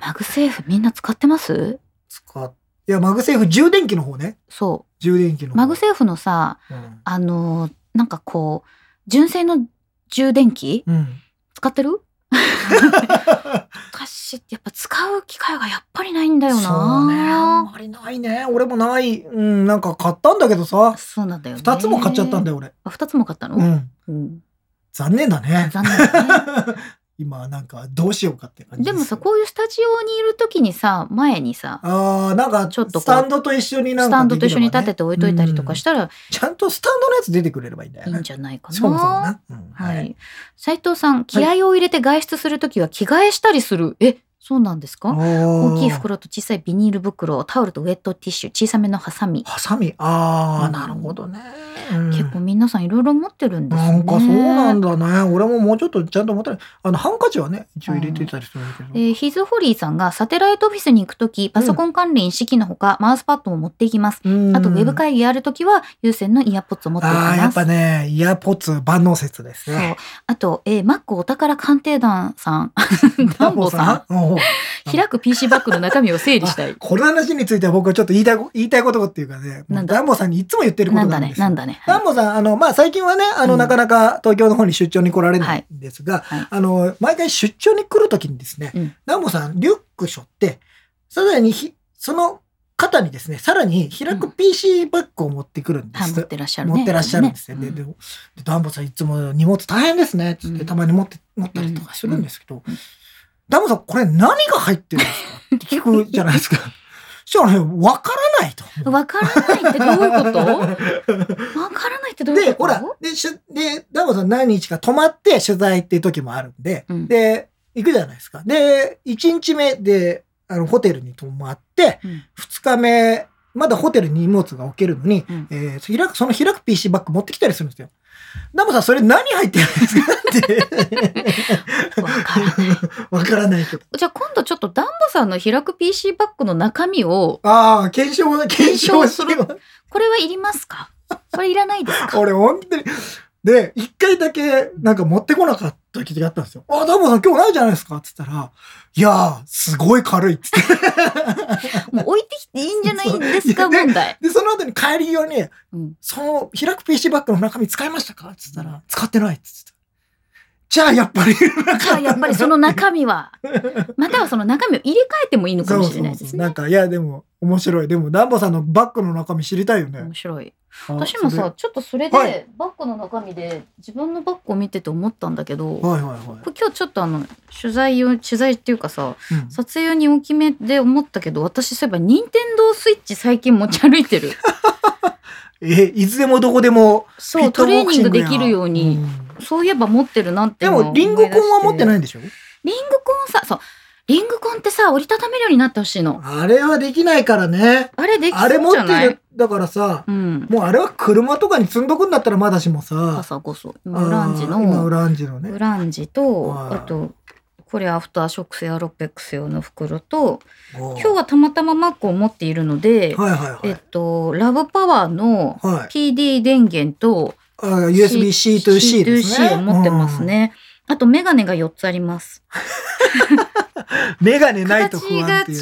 マグセーフみんな使ってます 使っ、いや、マグセーフ、充電器の方ね。そ充電器のう方。マグセーフのさうんあのーなんかこう純正の充電器 うん。使ってる昔ってやっぱ使う機会がやっぱりないんだよそうね。あんなまりないね。俺もない。うん、なんか買ったんだけどさ。そうなんだよね二つも買っちゃったんだよ、俺。あ二つも買ったの、うん。うん残念だね。残念だね。 今はなんかどうしようかって感じでもすさ、こういうスタジオにいるときにさ、前にさ、ああ、なんか、ちょっとこうスタンドと一緒になんスかタンでドきとればね、一緒に立てて置いといたりとかしたらうんちゃんとスタンドのやつ出てくれればいいんだよいね。いんじゃないかな。そもそもな。うんはい。。斉藤さん、気合を入れて外出するときは着替えしたりする。え、そうなんですか大大きい。袋と小さいビニール袋、タオルとウェットティッシュ、小さめのハサミ。ハサミ。ああ、うんなるほどね。うん結構皆さんいろいろ持ってるんですね。なんかそうなんだね。俺ももうちょっとちゃんと持ったら、あの、ハンカチはね、一応入れてたりするんだけど。えーヒズホリーさんがサテライトオフィスに行くとき、パソコン関連一式のほか、マウスパッドも持っていきます。うんあと、ウェブ会議やるときは、有線のイヤーポッツを持っていきああ、やまっす。ぱね、イヤーポッツ万能説ですそうね。。あと、えー、マックお宝鑑定団さん。 ダンボさん。うん。ん。開く PC バッグの中身を整理したい この話については僕はちょっと言いたいこ、言いたいことっていうかね、もなうんだダンボさんにいつも言ってるこなとんなだんでね、すよ。なんだね。ダンボさん、あの、まあ、最近はね、あの、うんなかなか東京の方に出張に来られなはいいんですが、はいあの、毎回出張に来るときにですね、うんダンボさん、リュック背負って、さらにひ、その肩にですね、さらに開うくん PC バッグを持ってくるんではいす。持ってらっしゃるね。持ってらっしゃるんですよ。うんで、で、でダンボさんいつも荷物大変ですね、つっうてんたまに持って、持ったりとかするんですけどうん、ダンボさん、これ何が入ってるんですかって聞くじゃないです か。そしたらね、わからないと。わからないってどういうことわからないってどういうで、こほとら、で、しゅ、で、ダボさん何日か泊まって取材っていう時もあるんで、うんで、行くじゃないですか。で、1日目で、あの、ホテルに泊まって、うん2日目、まだホテルに荷物が置けるのに、うんえーそ開く、その開く PC バッグ持ってきたりするんですよ。ダボさん、それ何入ってる んですかって。わからない。わからないけど。じゃあ今度ちょっとダンボさんの開く PC バッグの中身を、ああ、検証、検証する。これはいりますかこれいらないですか 俺、本当に。で、一回だけ、なんか持ってこなかった時があったんですよ。あ、ダボさん今日ないじゃないですかって言ったら、いやー、すごい軽いっつって。もう置いてきていいんじゃないんですそかういや問題。で、その後に帰り際に、うんその、開く PC バッグの中身使いましたかって言ったら、使ってないっつってた。じゃあ、やっぱり、じゃあやっぱりその中身 は、またはその中身を入れ替えてもいいのかそもうしそれないうでそう。すなね。んか、いや、でも、面白い。でも、ダンボさんのバッグの中身知りたいよね面。白い。あ私もさ、、ちょっとそれで、はいバッグの中身で自分のバッグを見てて思ったんだけど、それはいはいはいこれ今日ちょっとあの、取材を、取材っていうかさ、。うん撮影用に大きめで思ったけど私そういえば任天堂スイッチ最近持ち歩いて るえ、いつでもどこでも、そうトレーニングできるように、んそういえば持ってるなってでも、リンゴコンは持っていないんでしょリンゴコンさそうリンゴコンってさ折りたためるようになってほしいのあれはできないからね。あれできそあれう持じゃってないる、だからさ、うんもうあれは車とかに積んどくんだったらまだしもさ、朝こそウ今ウランジ今のウランジのウね。ランジとはいあとこれアフターショックスやアロペックス用の袋と今今日はたまたまマックを持っているので、はいはいえっとラブパワーのはい。はい PD 電源と、あ。USB-C to C ですね。 C2C を持ってますね。あと、メガネが4つあります。うん。メガネないと形不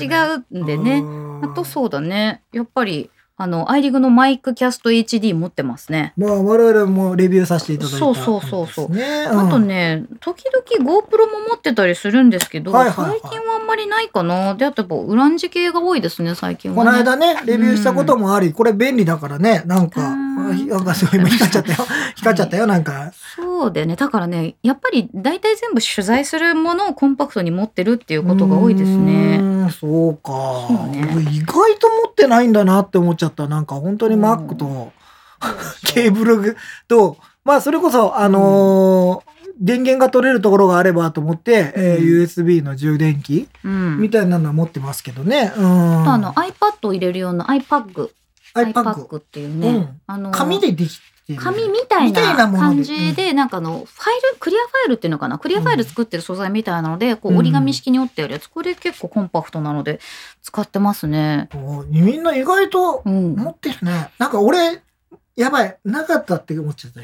が安っていうね。違うんでね。うんあと、そうだね。やっぱり、あの、アイリグのマイクキャスト HD 持ってますね。まあ、我々もレビューさせていただいた。そうそうそうそうね。うんあと。ね、時々 GoPro も持ってたりするんですけど、はいはいはい最近はあんまりないかな。で、あとやっぱウランジ系が多いですね、最近こは、のね。間ね、レビューしたこともあり、これ便利だからね、なんか、うんあひなんかすごい 今光っちゃったよ。光っちゃったよ、なんか。そうだよね。だからね、やっぱり大体全部取材するものをコンパクトに持ってるっていうことが多いですうね。ーん。そうか。そうね僕意外と持ってないんだなって思っちゃった。なんか本当にうん Mac とケーブルと、まあそれこそ、あのー電源が取れるところがあればと思って、えーうん USB の充電器うん。みたいなのは持ってますけどね。うん。あとあの iPad を入れる用の iPad。 iPad。 iPad っていうね、うんあの紙でできてる。紙みたいみたいななもので感じでなんかあのファイルクリアファイルっていうのかなクリアファイル作ってる素材みたいなので、こう折り紙式に折ってあるやつこれ結構コンパクトなので使ってますね。おみんな意外とうん、持ってるね。なんか俺、やばい、なかったって思っちゃった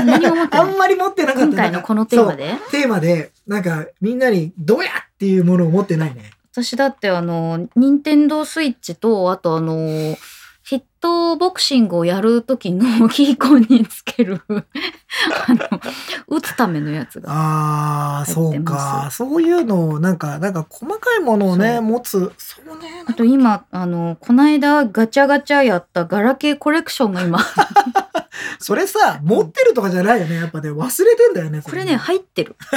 よ。何も持って あないんまり持ってなかった。今回のこのテーマでテーマで、なんか、みんなに、どうやっていうものを持ってないね。私だってあの任天堂スイッチとあとあのヒットボクシングをやる時の キーコンにつけるあの打つためのやつがあー、そ入ってうかま。そういうのを、なんか、なんか、細かいものをね、そう持つ。そうね。あと今、あの、この間ガチャガチャやったガラケーコレクションが今、それさ、持ってるとかじゃないよね。やっぱね、忘れてんだよね。そこれね、入ってる。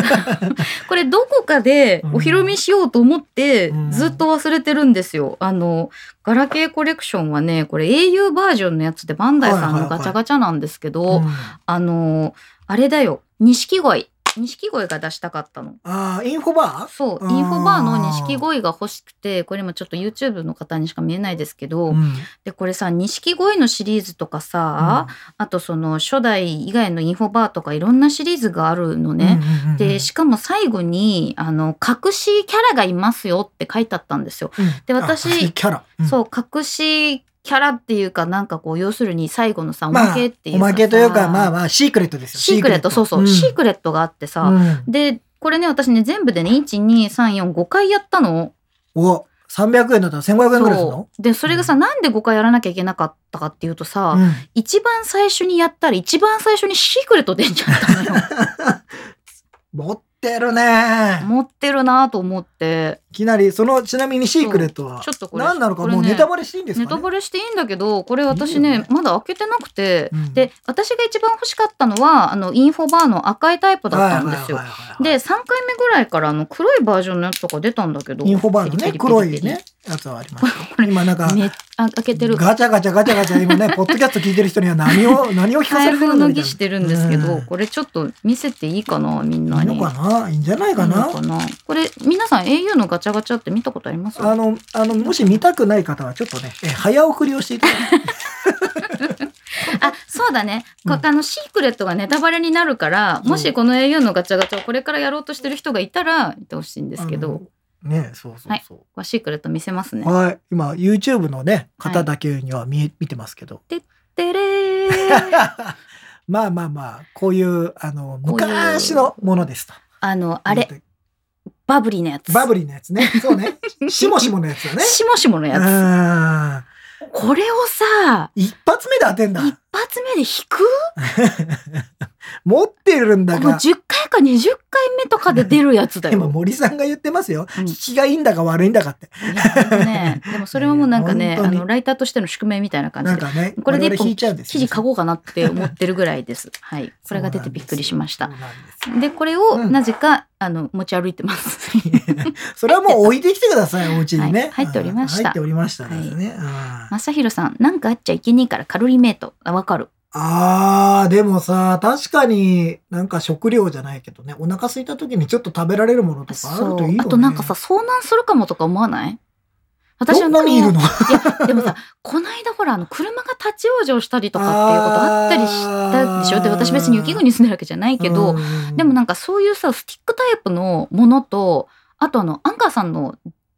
これどこかでお披露目しようと思ってうんずっと忘れてるんですよ。あの、ガラケーコレクションはね、これ au バージョンのやつでバンダイさんはいはのいはガいチャガチャなんですけど、うんあの、あれだよ、錦鯉。錦鯉が出したかったの。ああ、インフォバそう、あーインフォバーの錦鯉が欲しくて、これもちょっと YouTube の方にしか見えないですけど、ーうんで、これさ、錦鯉のシリーズとかさ、あとその初代以外のインフォバーとかいろんなシリーズがあるのね。うんうんうんで、しかも最後に、あの、隠しキャラがいますよって書いてあったんですよ。うんで私あキャラ。うんそう、隠しキャラっていうか、なんかこう、要するに最後のさ、おまあまけっていうおかさまけというか、まあまあ、シークレットですよ。シークレット、そうそう、シーレックレットがあってトさ、うんうんで、これね、私ね、全部でね、1、2、3、4、5回やったの。お、300円だったら1500円ぐらいすそるのう。で、それがさ、なんで5回やらなきゃいけなかったかっていうとさ、うん一番最初にやったら、一番最初にシークレット出んじゃったのよ。 持ってるね。持ってるなと思って。いきなり、その、ちなみにシークレットはちょ、っとこれ。何なのか、これもうねネタバレしていいんですかネねタバレしていいんだけどこれ私いいねよねまだ開けてなくて、うんで私が一番欲しかったのはあのインフォバーの赤いタイプだったんですよはい。はいはいはいで3回目ぐらいからあの黒いバージョンのやつとか出たんだけどインフォバーのペリね、ペリ黒ペリペいリね、やつはあり ますこれ今なんか、めあ開けてるガチャガチャガチャガチャ、今 ね、ポッドキャスト聞いてる人には何を、何を聞かさ開れて封るんだのみた儀いなしてるんですけど、うんこれちょっと見せていいかなみんないいにのかないいんじゃないかいないのかなこれ皆さん au のガチャガチャって見たことありますあの、あの、もし見たくない方は、ちょっとね、え早送りをしていただいて。あそうだね、こうんあのシークレットがネタバレになるからもしこの au のガチャガチャをこれからやろうとしてる人がいたら言ってほしいんですけど、こあの。ね、そうそうそこはシークレット見せますう。ね。はい、今、YouTube のね、方だけには見え、見てますけど。てれーまあまあまあ、こういう、あの、こういう昔のものですと。あのあれバブリーのやつバブリーのや つね。そうね。しもしものやつだね。しもしものやつあこれをさー一発目で当てんだ。一発目で引く持ってるんこだのが、 10回か20回目とかで出るやつだよ。今森さんが言ってますよ。うん引きがいいんだか悪いんだかって。いやほんとね、でもそれはもうなん かね本あ当にのライターとしての宿命みたいな感じなんでかね、これで我々引いちゃうんです記よ事書こうかなって思ってるぐらいです。はい、これが出てびっくりしましたそう。なんでで、すこれをうんなぜか、あの持ち歩いてます。 それはもう置いてきてください、お家にね。はい入っておりました入っておりましたですね。うんまさひろさん、なんかあっちゃいけねえからカロリーメイト。あ、わかる。あー、でもさ、確かになんか食料じゃないけどね、お腹空いた時にちょっと食べられるものとかあるそうといいよね。あとなんかさ、、遭難するかもとか思わない私どはんなにいるのいや、でもさ、こないだほら、あの、車が立ち往生したりとかっていうことあったりしたでしあょーで、私別に雪国に住んでるわけじゃないけど、うんでもなんかそういうさ、スティックタイプのものと、あとあの、アンカーさんの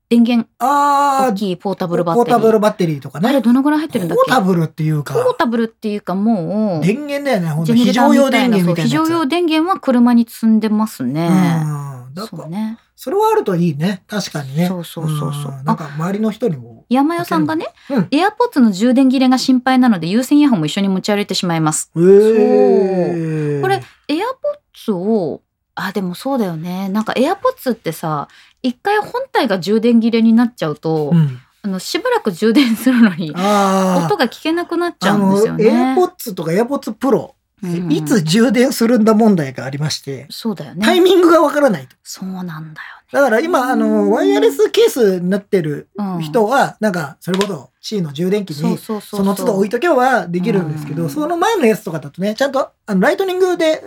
電源、あ大ーきいポータブルポバッーテリタブー。ルバッテリーとかあれね。どのぐらい入ってポるんだっーけタブルっていうかポ、ータブルっていうかもう、電源だよね、ほんジとェネレ非ーター常み用たい電な源みたいなそやうつ。非常用電源は車に積んでますね。うん。だかそうら、ね。それはあるといいね。確かにね。そうそうそうそうんなんか周りの人にも。山代さんがね、うんエアポッツの充電切れが心配なので有線イヤホンも一緒に持ち歩いてしまいます。えーこれうエアポッツを、あ、でもそうだよね。なんかエアポッツってさ、一回本体が充電切れになっちゃうと、ん、あの、しばらく充電するのに、あ音ーが聞けなくなっちゃあうんですよの、エアね。ポッツとかエアポッツプロ、うんいつ充電するんだ問題がありまして、そうだよタイね。ミングがわからないと。そうなんだだから今、あうんの、ワイヤレスケースになってるよね。うん、人は、なんか、それこそ C の充電器に、そうそうそうそうその都度置いとけばできるんですけうんど、その前のやつとかだとね、ちゃんとあのライトニングで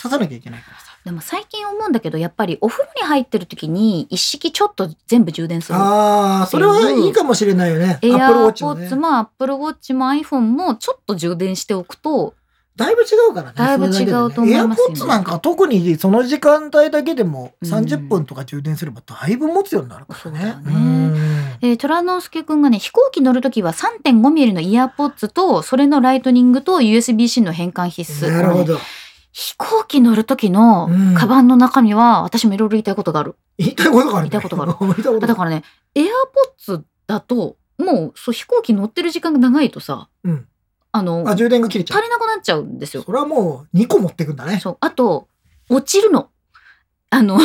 刺さなきゃいけないからさ。でも最近思うんだけどやっぱりお風呂に入ってる時に一式ちょっと全部充電する。ああ、それはいいかもしれないよね。アエップルウォアッチポもッねツ。もアップルウォッチも iPhone もちょっと充電しておくとだいぶ違うからね。だいぶ違うと思いますよそれだけでねエアポッツなんか特にその時間帯だけでもうん30分とか充電すればだいぶ持つようになるからね。そうだよねえー、虎之介くんがね、飛行機乗るときは3.5ミリのイヤーポッツと、それのライトニングと USB-C の変換必う須。んなるほど。飛行機乗るときのうん、カバンの中身は、私もいろいろ言いたいことがある。言いたいことがある、言ね。いたいことがある言いたい ことがあるだからね、エアポッツだと、もう、そう、飛行機乗ってる時間が長いとさ、うんあの、あ、足充電が切れちゃう。りなくなっちゃうんですよそ。れはもう2個持ってくんだね。そう。あと、落ちるの。あの、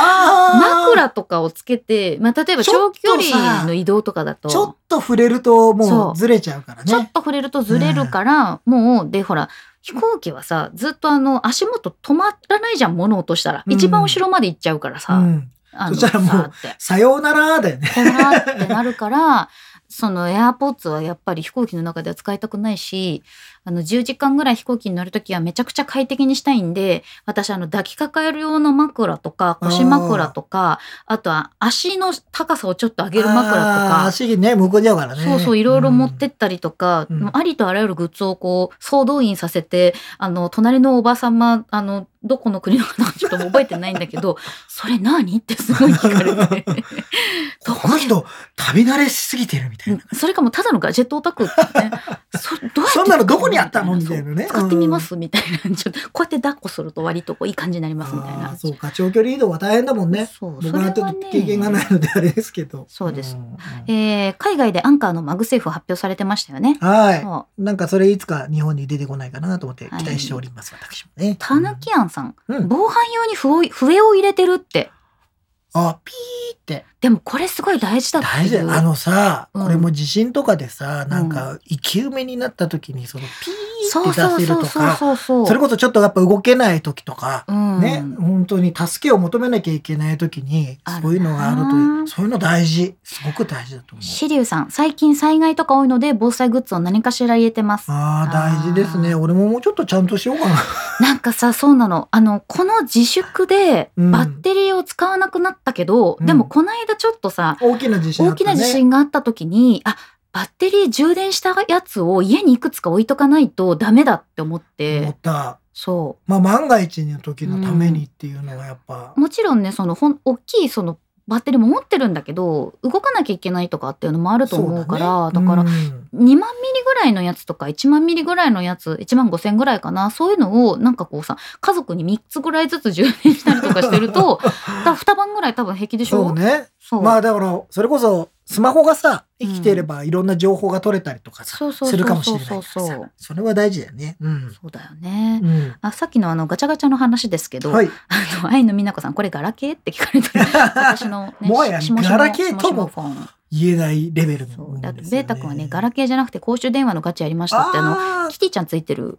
あ枕とかをつけて、まあ、例えばちょ長っと距さ離の移動とかだと、ちょっと触れるとそもううずれちゃうからちょっね。と触れるとずれるから、もう、で、ほら、飛行機はさ、ずっとあの、足元止まらないじゃん、物落としたら。うん一番後ろまで行っちゃうからうさ、ん。あの、そしたらもうさーって。さようならだよね。こらってなるから、 そのエアポッツはやっぱり飛行機の中では使いたくないし、あの10時間ぐらい飛行機に乗るときはめちゃくちゃ快適にしたいんで、私あの抱きかかえる用の枕とか腰枕とか、あとは足の高さをちょっと上げる枕とあーか、足ね、向こうじゃうからね。そうそういろいろ持ってったりとか、うんもうありとあらゆるグッズをこう総動員させて、あの隣のおばさま、あのどこの国の方かちょっともう覚えてないんだけど、 それ何ってすごい聞かれて。うん。この人、旅慣れしすぎてるみたいな。それかもただのガジェットオタクってね。そどうやって そんなのどこにあったのみたいなねそう使ってみますみたいな。ちょっとこうやって抱っこすると割とこういい感じになりますみたいあーな。そうか、長距離移動は大変だもんね。そう、そ僕れはちょはっと経験がなね。いのであれですけど。そうですんえー、海外でアンカーのマグセーフ発表されてましたよね。はそうい。なんかそれいつか日本に出てこないかなと思って期はい待しております、私もね。たぬきあんさん、うん防犯用に笛笛を入れてるって。あ、ピーって。でもこれすごい大事だって大事いだう。よ。あのさ、うんこれも地震とかでさ、なんか、生き埋めになった時に、そのピーそうってそう出せそるうとそうか、そうそう。それこそちょっとやっぱ動けない時とか、うん、ね、本当に助けを求めなきゃいけない時にあるな、そういうのがあると、そういうの大事。すごく大事だと思う。シリュウさん、最近災害とか多いので防災グッズを何かしら入れてます。ああ、大事ですね。あ俺ももうちょっとちゃんとしようかな。 なんかさそうなのあのこの自粛でうんバッテリーを使わなくなったけど、うんでもこの間ちょっとさ、大きな地震大あったきね。な地震があった時にあバッテリー充電したやつを家にいくつか置いとかないとダメだって思っ思てった。そまあ万が一の時のためにっていうのはやっぱう。もちろんねそのほん大きいそのバッテリーも持ってるんだけど動かなきゃいけないとかっていうのもあると思うからだ,、そうねからうん2万ミリぐらいのやつとか1万ミリぐらいのやつ1万5千ぐらいかなそういうのをなんかこうさ家族に3つぐらいずつ充電したりとかしてる とだから2晩ぐらい多分平気でしょそうね。そうまあだから、それこそスマホがさ、生きていればいろんな情報が取れたりとかさ、そうそうそうそうするかもしれないからそうそうさ。それは大事だよね。うん。そうだよね、うんあさっきのあのガチャガチャの話ですけど、はい。あの愛の美奈子さんこれガラケーって聞かれ て私の、ね、もはやししもしもガラケーともしもしもフォン言えないレベルそのうもであのとベですよね。ータ君はねガラケーじゃなくて公衆電話のガチャやりましたってあのあーキティちゃんついてる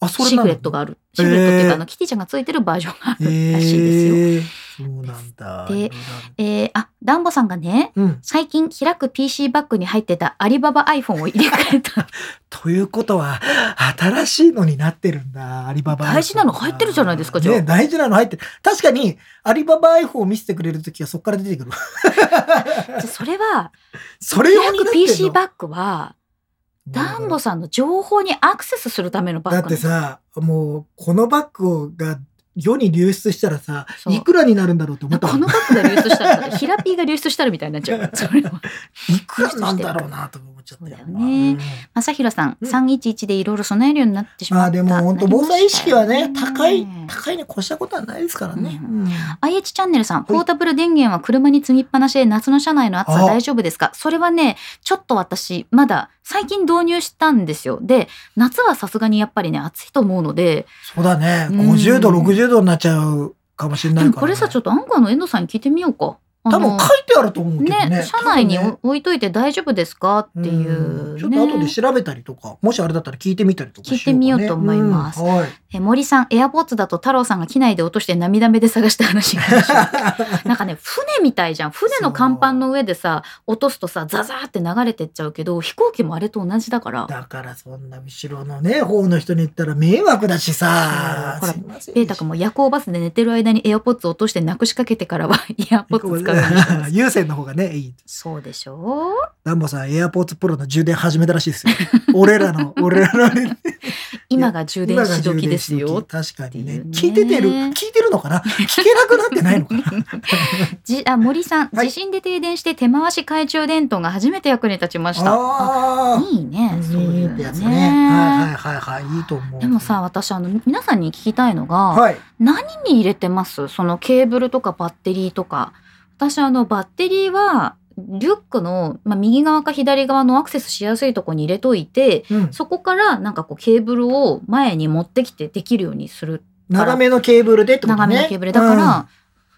あそれシーなクのレットがある。シークレットっていうか、えーあの、キティちゃんがついてるバージョンがあえるらしいですよ。えーーそうなんだ。でいろいろあ、ダンボさんがね、うん。最近開く PC バッグに入ってたアリババ iPhone を入れ替え た。ということは、新しいのになってるんだ、アリババ iPhone。大事なの入ってるじゃないですかじゃあね、大事なの入ってる。確かに、アリババ iPhone を見せてくれるときはそこから出て くる。じゃあそれは、それ開用になっくてるの PC バッグは、ダンボさんの情報にアクセスするためのバッだグなっのてさ、もう、このバッグが世に流出したらさ、そういくらになるんだろうって思ったもこんのバッグが流出した ら、ヒラピーが流出したらみたいになっちゃう。それは。いくらなんだろうなと思っちゃったそうだよね。まさひろさん、うん311でいろいろ備えるようになってしままった。あでも本当防災意識はね、高い、高い。高いに越したことはないですからね。ううん IH チャンネルさん、ポータブル電源は車に積みっぱなしで夏の車内の暑さあ大丈夫ですかそれはね、ちょっと私、まだ最近導入したんですよ。で、夏はさすがにやっぱりね、暑いと思うので、そうだね。うん50度、60度になっちゃうかもしれないでから、もね。これさ、ちょっとアンカーの遠藤さんに聞いてみようか。あ多の分書いてあると思うけどね。ね、車内に多分ね置いといて大丈夫ですかっていう、んね。ちょっと後で調べたりとか、もしあれだったら聞いてみたりとかしよう聞か、ね。いてみようと思いますうんはい。 え森さん、エアポーツだと太郎さんが機内で落として涙目で探した話がありました。なんかね、船みたいじゃん。船の甲板の上でさ、落とすとさ、ザザーって流れてっちゃうけど、飛行機もあれと同じだから、だからそんな後ろのね、方の人に言ったら迷惑だ しさ。そうほらすいませんペータ君も夜行バスで寝てる間にエアポッツ落としてなくしかけてからは、 イヤーポッツ使うように してます。有線の方がね、いい。そうでしょうダンボさん、エアポーツプロの充電始めたらしいですよ。 俺らの、俺らの、ね、今が 充電し時ですよ。今が充電し時確かにねっていうね聞いててる、聞いてるのかな聞けなくなってない のかなじあ森さん、はい地震で停電して手回し懐中電灯が初めて役に立ちました。ああーいいね。そういってやうつのね。はいはいはいはい、いいと思う。でもさ、、私、あの、皆さんに聞きたいのが、はい。何に入れてますそのケーブルとかバッテリーとか。私あのバッテリーはリュックの、まあ、右側か左側のアクセスしやすいとこに入れといて、うん。そこからなんかこうケーブルを前に持ってきてできるようにする長めのケーブルでってこ長とね。めのケーブルだから、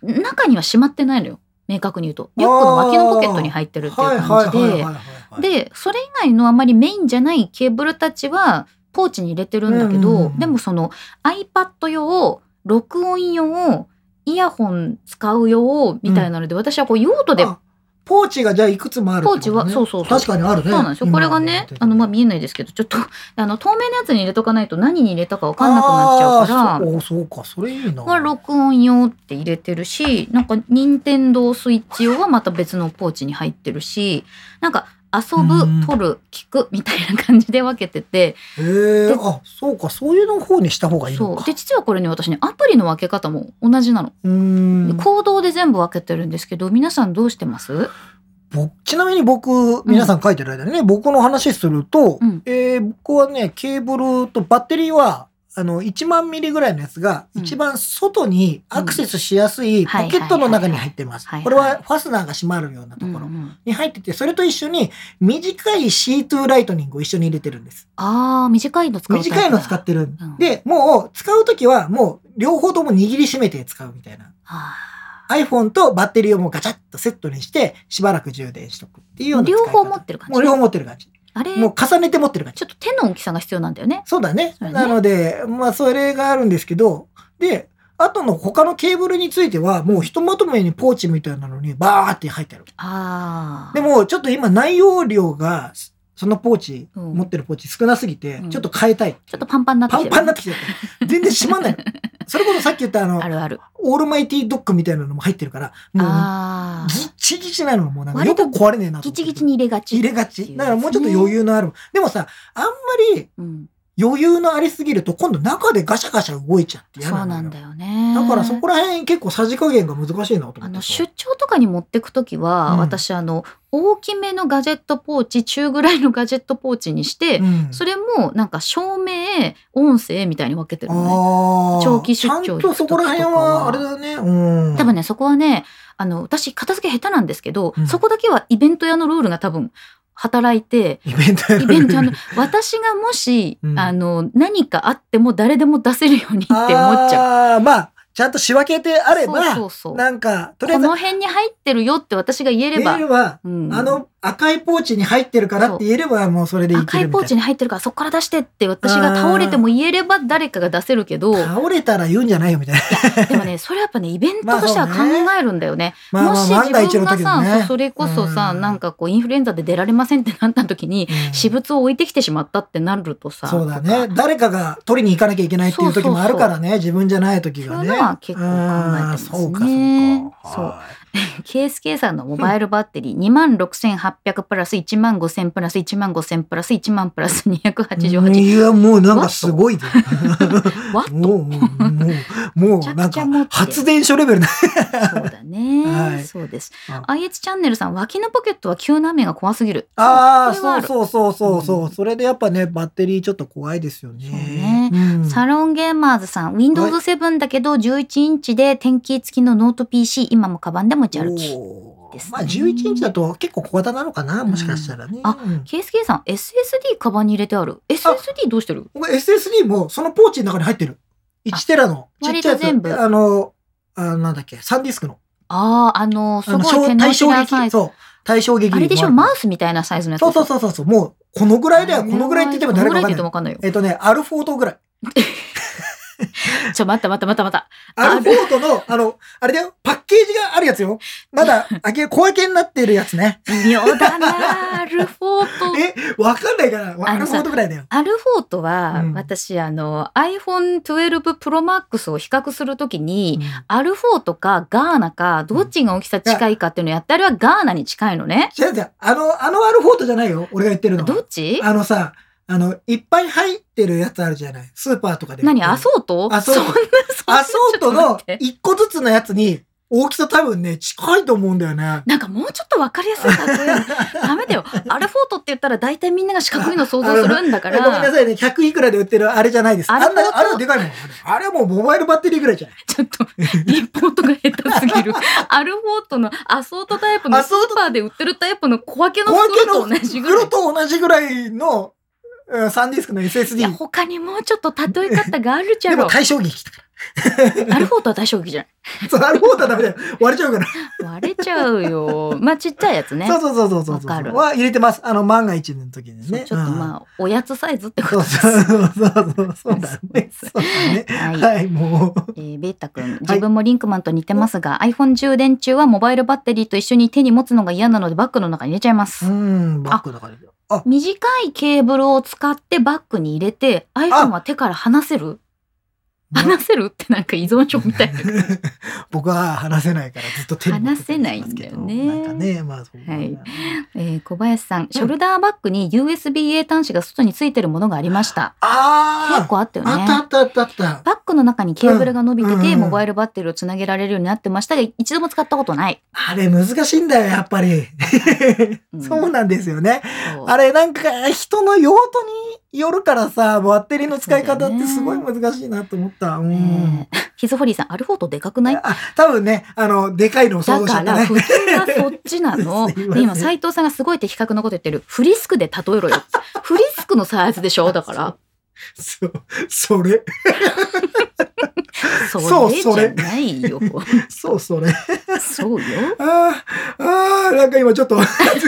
中にはしまってないのよ明確に言うとリュックの脇のポケットに入ってうん、るっていう感じはいはいはいではいはい、でそれ以外のあまりメインじゃないケーブルたちはポーチに入れてるんだけど、うんうんうんでもその iPad 用録音用イヤホン使う用みたいなので、私はこう用途であポーチがじゃあいくつもあるってことね、ポーチはそうそうそう確かにあるね。そうなんですよ。これがね、あの、まあ、見えないですけど、ちょっと、あの、透明なやつに入れとかないと何に入れたかわかんなくなっちゃうから、あーそうそうか、それいいな。これ録音用って入れてるし、なんか、任天堂スイッチ用はまた別のポーチに入ってるし、なんか、遊うんぶ、撮る、聞くみたいな感じで分けてて、へえであ、そうか、そういうの方にした方がいいそのか。う。で、実はこれね、私ね、アプリの分け方も同じなの。うーん。行動で全部分けてるんですけど、皆さんどうしてますぼちなみに僕、皆さん書いてる間にね、僕の話すると、うんえー僕はね、ケーブルとバッテリーは、あの、1万ミリぐらいのやつが、うん一番外にアクセスしやすいポはいケットの中に入ってますはい。はいこれはファスナーが閉まるようなところうんに入ってて、それと一緒に短い C2 ライトニングを一緒に入れてるんです。ああ、短いの使うタイプだ短いの使ってるうん。で、もう使うときはもう両方とも握りしめて使うみたいな。あー iPhone とバッテリーをもうガチャッとセットにして、しばらく充電しとくっていうような使い両方方。持ってる感もうじ両。方持ってる感じ。あれもう重ねて持ってる感じ。ちょっと手の大きさが必要なんだよね。そうだね。そうだねなので、まあ、それがあるんですけど、で、あとの他のケーブルについては、もうひとまとめにポーチみたいなのにバーって入ってある。ああ。で、も、ちょっと今内容量が、そのポーチ、うん持ってるポーチ少なすぎてう、んちょっと変えたい。ちょっとパンパンになってきパてンる。パンになってきちゃって。全然閉まんないの。それこそさっき言ったあの、あるある。オールマイティドッグみたいなのも入ってるから、もあう、ぎあっ。ちぎちなのもうなんかよく壊れねえなギと思ってチギチに入れがち。入れがち。だからもうちょっと余裕。裕のある。でもさ、あんまりうん。余裕のありすぎると今度中でガシャガシャ動いちゃって嫌そうななんんだだよ。よね。だからそこら辺結構さじ加減が難しいなと思ってさ。あの出張とかに持ってくときは、うん私あの大きめのガジェットポーチ中ぐらいのガジェットポーチにして、うんそれもなんか照明音声みたいに分けてるのねあー長期出張ちゃんとそこら辺はあれだね。うん。多分ねそこはねあの私片付け下手なんですけど、うんそこだけはイベント屋のルールが多分働い てイベントやるイベントあの私がもし、うんあの何かあっても誰でも出せるようにって思っちゃう。あーまあ、ちゃんと仕分けてあれば、そうそうそうなんか、とりあこえずの、辺に入ってるよって私が言えれば言えれば、うんあの赤いポーチに入ってるからって言えれば、もうそれでいけるみた赤いいな。ポーチに入ってるからそこから出してって私が倒れても言えれば誰かが出せるけどで倒れたら言うんじゃないよみたいな。もねそれはやっぱねイベントとしては考えるんだよね。 まあまあもし万自が一分のが時さ、のね。そうそれこそさ、うんなんかこうインフルエンザで出られませんってなった時にうん私物を置いてきてしまったってなるとさそうだとかね。誰かが取りに行かなきゃいけないっていう時もあるからね。自分じゃない時そうがいうね。のは結構考えてますねうんそうか、そうか。そうは KSK さんのモバイルバッテリー2万6800プラス1万5000プラス1万5000プラス1万プラスい288いや、もうなんかすごいね。ワッもう、もう、もう、もうなめちゃんくちゃか持ってる発電所レベルな。そうだね、はいそうですあ IH チャンネルさん脇のポケットは急な雨が怖すぎるああ、それはそうあるそうそうそうそう、うんそれでやっぱね、バッテリーちょっと怖いですよね。そうねうんサロンゲーマーズさん Windows7 だけど11インチで天気付きのノート PC 今もカバンで持ち歩きおーですねまあ11日だと結構小型なのかな、もしかしたらね。あうん KSK さん SSD カバンに入れてある SSD どうしてる僕 SSD もそのポーチの中に入ってる。1テラの。あちっちゃいや割つ。と全部あの、あなんだっけ、サンディスクの。あああのすあごのい小手の対ひ衝ら撃サイ。ズそう。対衝撃あれでしょマウススみたいなサイズのやつそうそうそうそうそう。もう、このぐらいだよ。あれこのぐらいって言っても誰かわかこのぐらいんない。って言ってもわかんないえっとね、アルフォートぐらい。よ。ちょ、待った待った待った待った。アルフォートの、あの、あれだよ。パッケージがあるやつよ。まだ、あけ、小分けになってるやつね。微妙だな アルフォート。え、わかんないから。アあルのフさォートぐらいだよ。アルフォートは、うん私、あの、iPhone12 Pro Max を比較するときに、うんアルフォートかガーナか、どっちが大きさ近いかっていうのをやって、あれはガーナに近いのね。違う違う。あの、あのアルフォートじゃないよ。俺が言ってるのは。どっちあのさ、あの、いっぱい入ってるやつあるじゃない。スーパーとかで。何アソートアソートそんな、そんなアソートちょっとの待って一個ずつのやつに大きさ多分ね、近いと思うんだよね。なんかもうちょっとわかりやすいかという。 ダメだよ。アルフォートって言ったら大体みんなが四角いの想像するんだかごめんなら、さいね、100いくらで売ってるあれじゃないです。アあルフォんートな、あれはでかいもん。あれあれはもうモバイルバッテリーぐらいじゃない。ちょっと、リポートが下手す ぎる。アルフォートのアソートタイプのアスソートーパーで売ってるタイプの小分けの小分け袋のと同じぐら袋い。と同じぐらいの、うんサンディスクのいや、 SSD。他にもうちょっと例え方があるじゃでもろ。対衝撃だかアルフォートは大衝撃じゃない。そう、アルフォートはダメだよ。割れちゃうから。 割れちゃうよ。まあちっちゃいやつね。そうそうそうそうそうそう。わかるは入れてます。あの、万が一の時にそうね。ちょっとあ。まあ、おやつサイズってことそうです。そうそうそう。そうだ ね。そうだね。はいはい、もう。えーベータ君、自分もリンクマンと似てますが、iPhone 充電中はモバイルバッテリーと一緒に手に持つのが嫌なのでバッグの中に入れちゃいます。うん、バックだから。あ、短いケーブルを使ってバッグに入れて、iPhone は手から離せる離せるってなんか依存症みたいな。 僕は話せないからずっと手に持ってたりしますけ話どせないんだよねなんかね、まあそうなんだよね、えー小林さん、ショルダーバッグに USB-A 端子が外についてるものがありました。結あ構あったよあ、ね。あったあったあったあった。バッグの中にケーブルが伸びてうんうんて、うんモバイルバッテリーをつなげられるようになってましたが、一度も使ったことない。あれ難しいんだよ、やっぱり。うんそうなんですよね。そうあれなんか人の用途によるからさ、バッテリーの使い方ってすごいそ難しいなと思った。うえんー。ヒズホリーさん、アルフォートでかくないあ、多分ね、あの、でかいのをだ想像しちゃかったらね。普通はそっちなの。 すいませでん今斉藤さんがすごい的確なこと言ってる。フリスクで例えろ よ。フリスクのサイズでしょだから。そう、それ。そそうれじそゃれないよ。そう、それ。そうよ。ああ、ああ、なんか今ちょっと 恥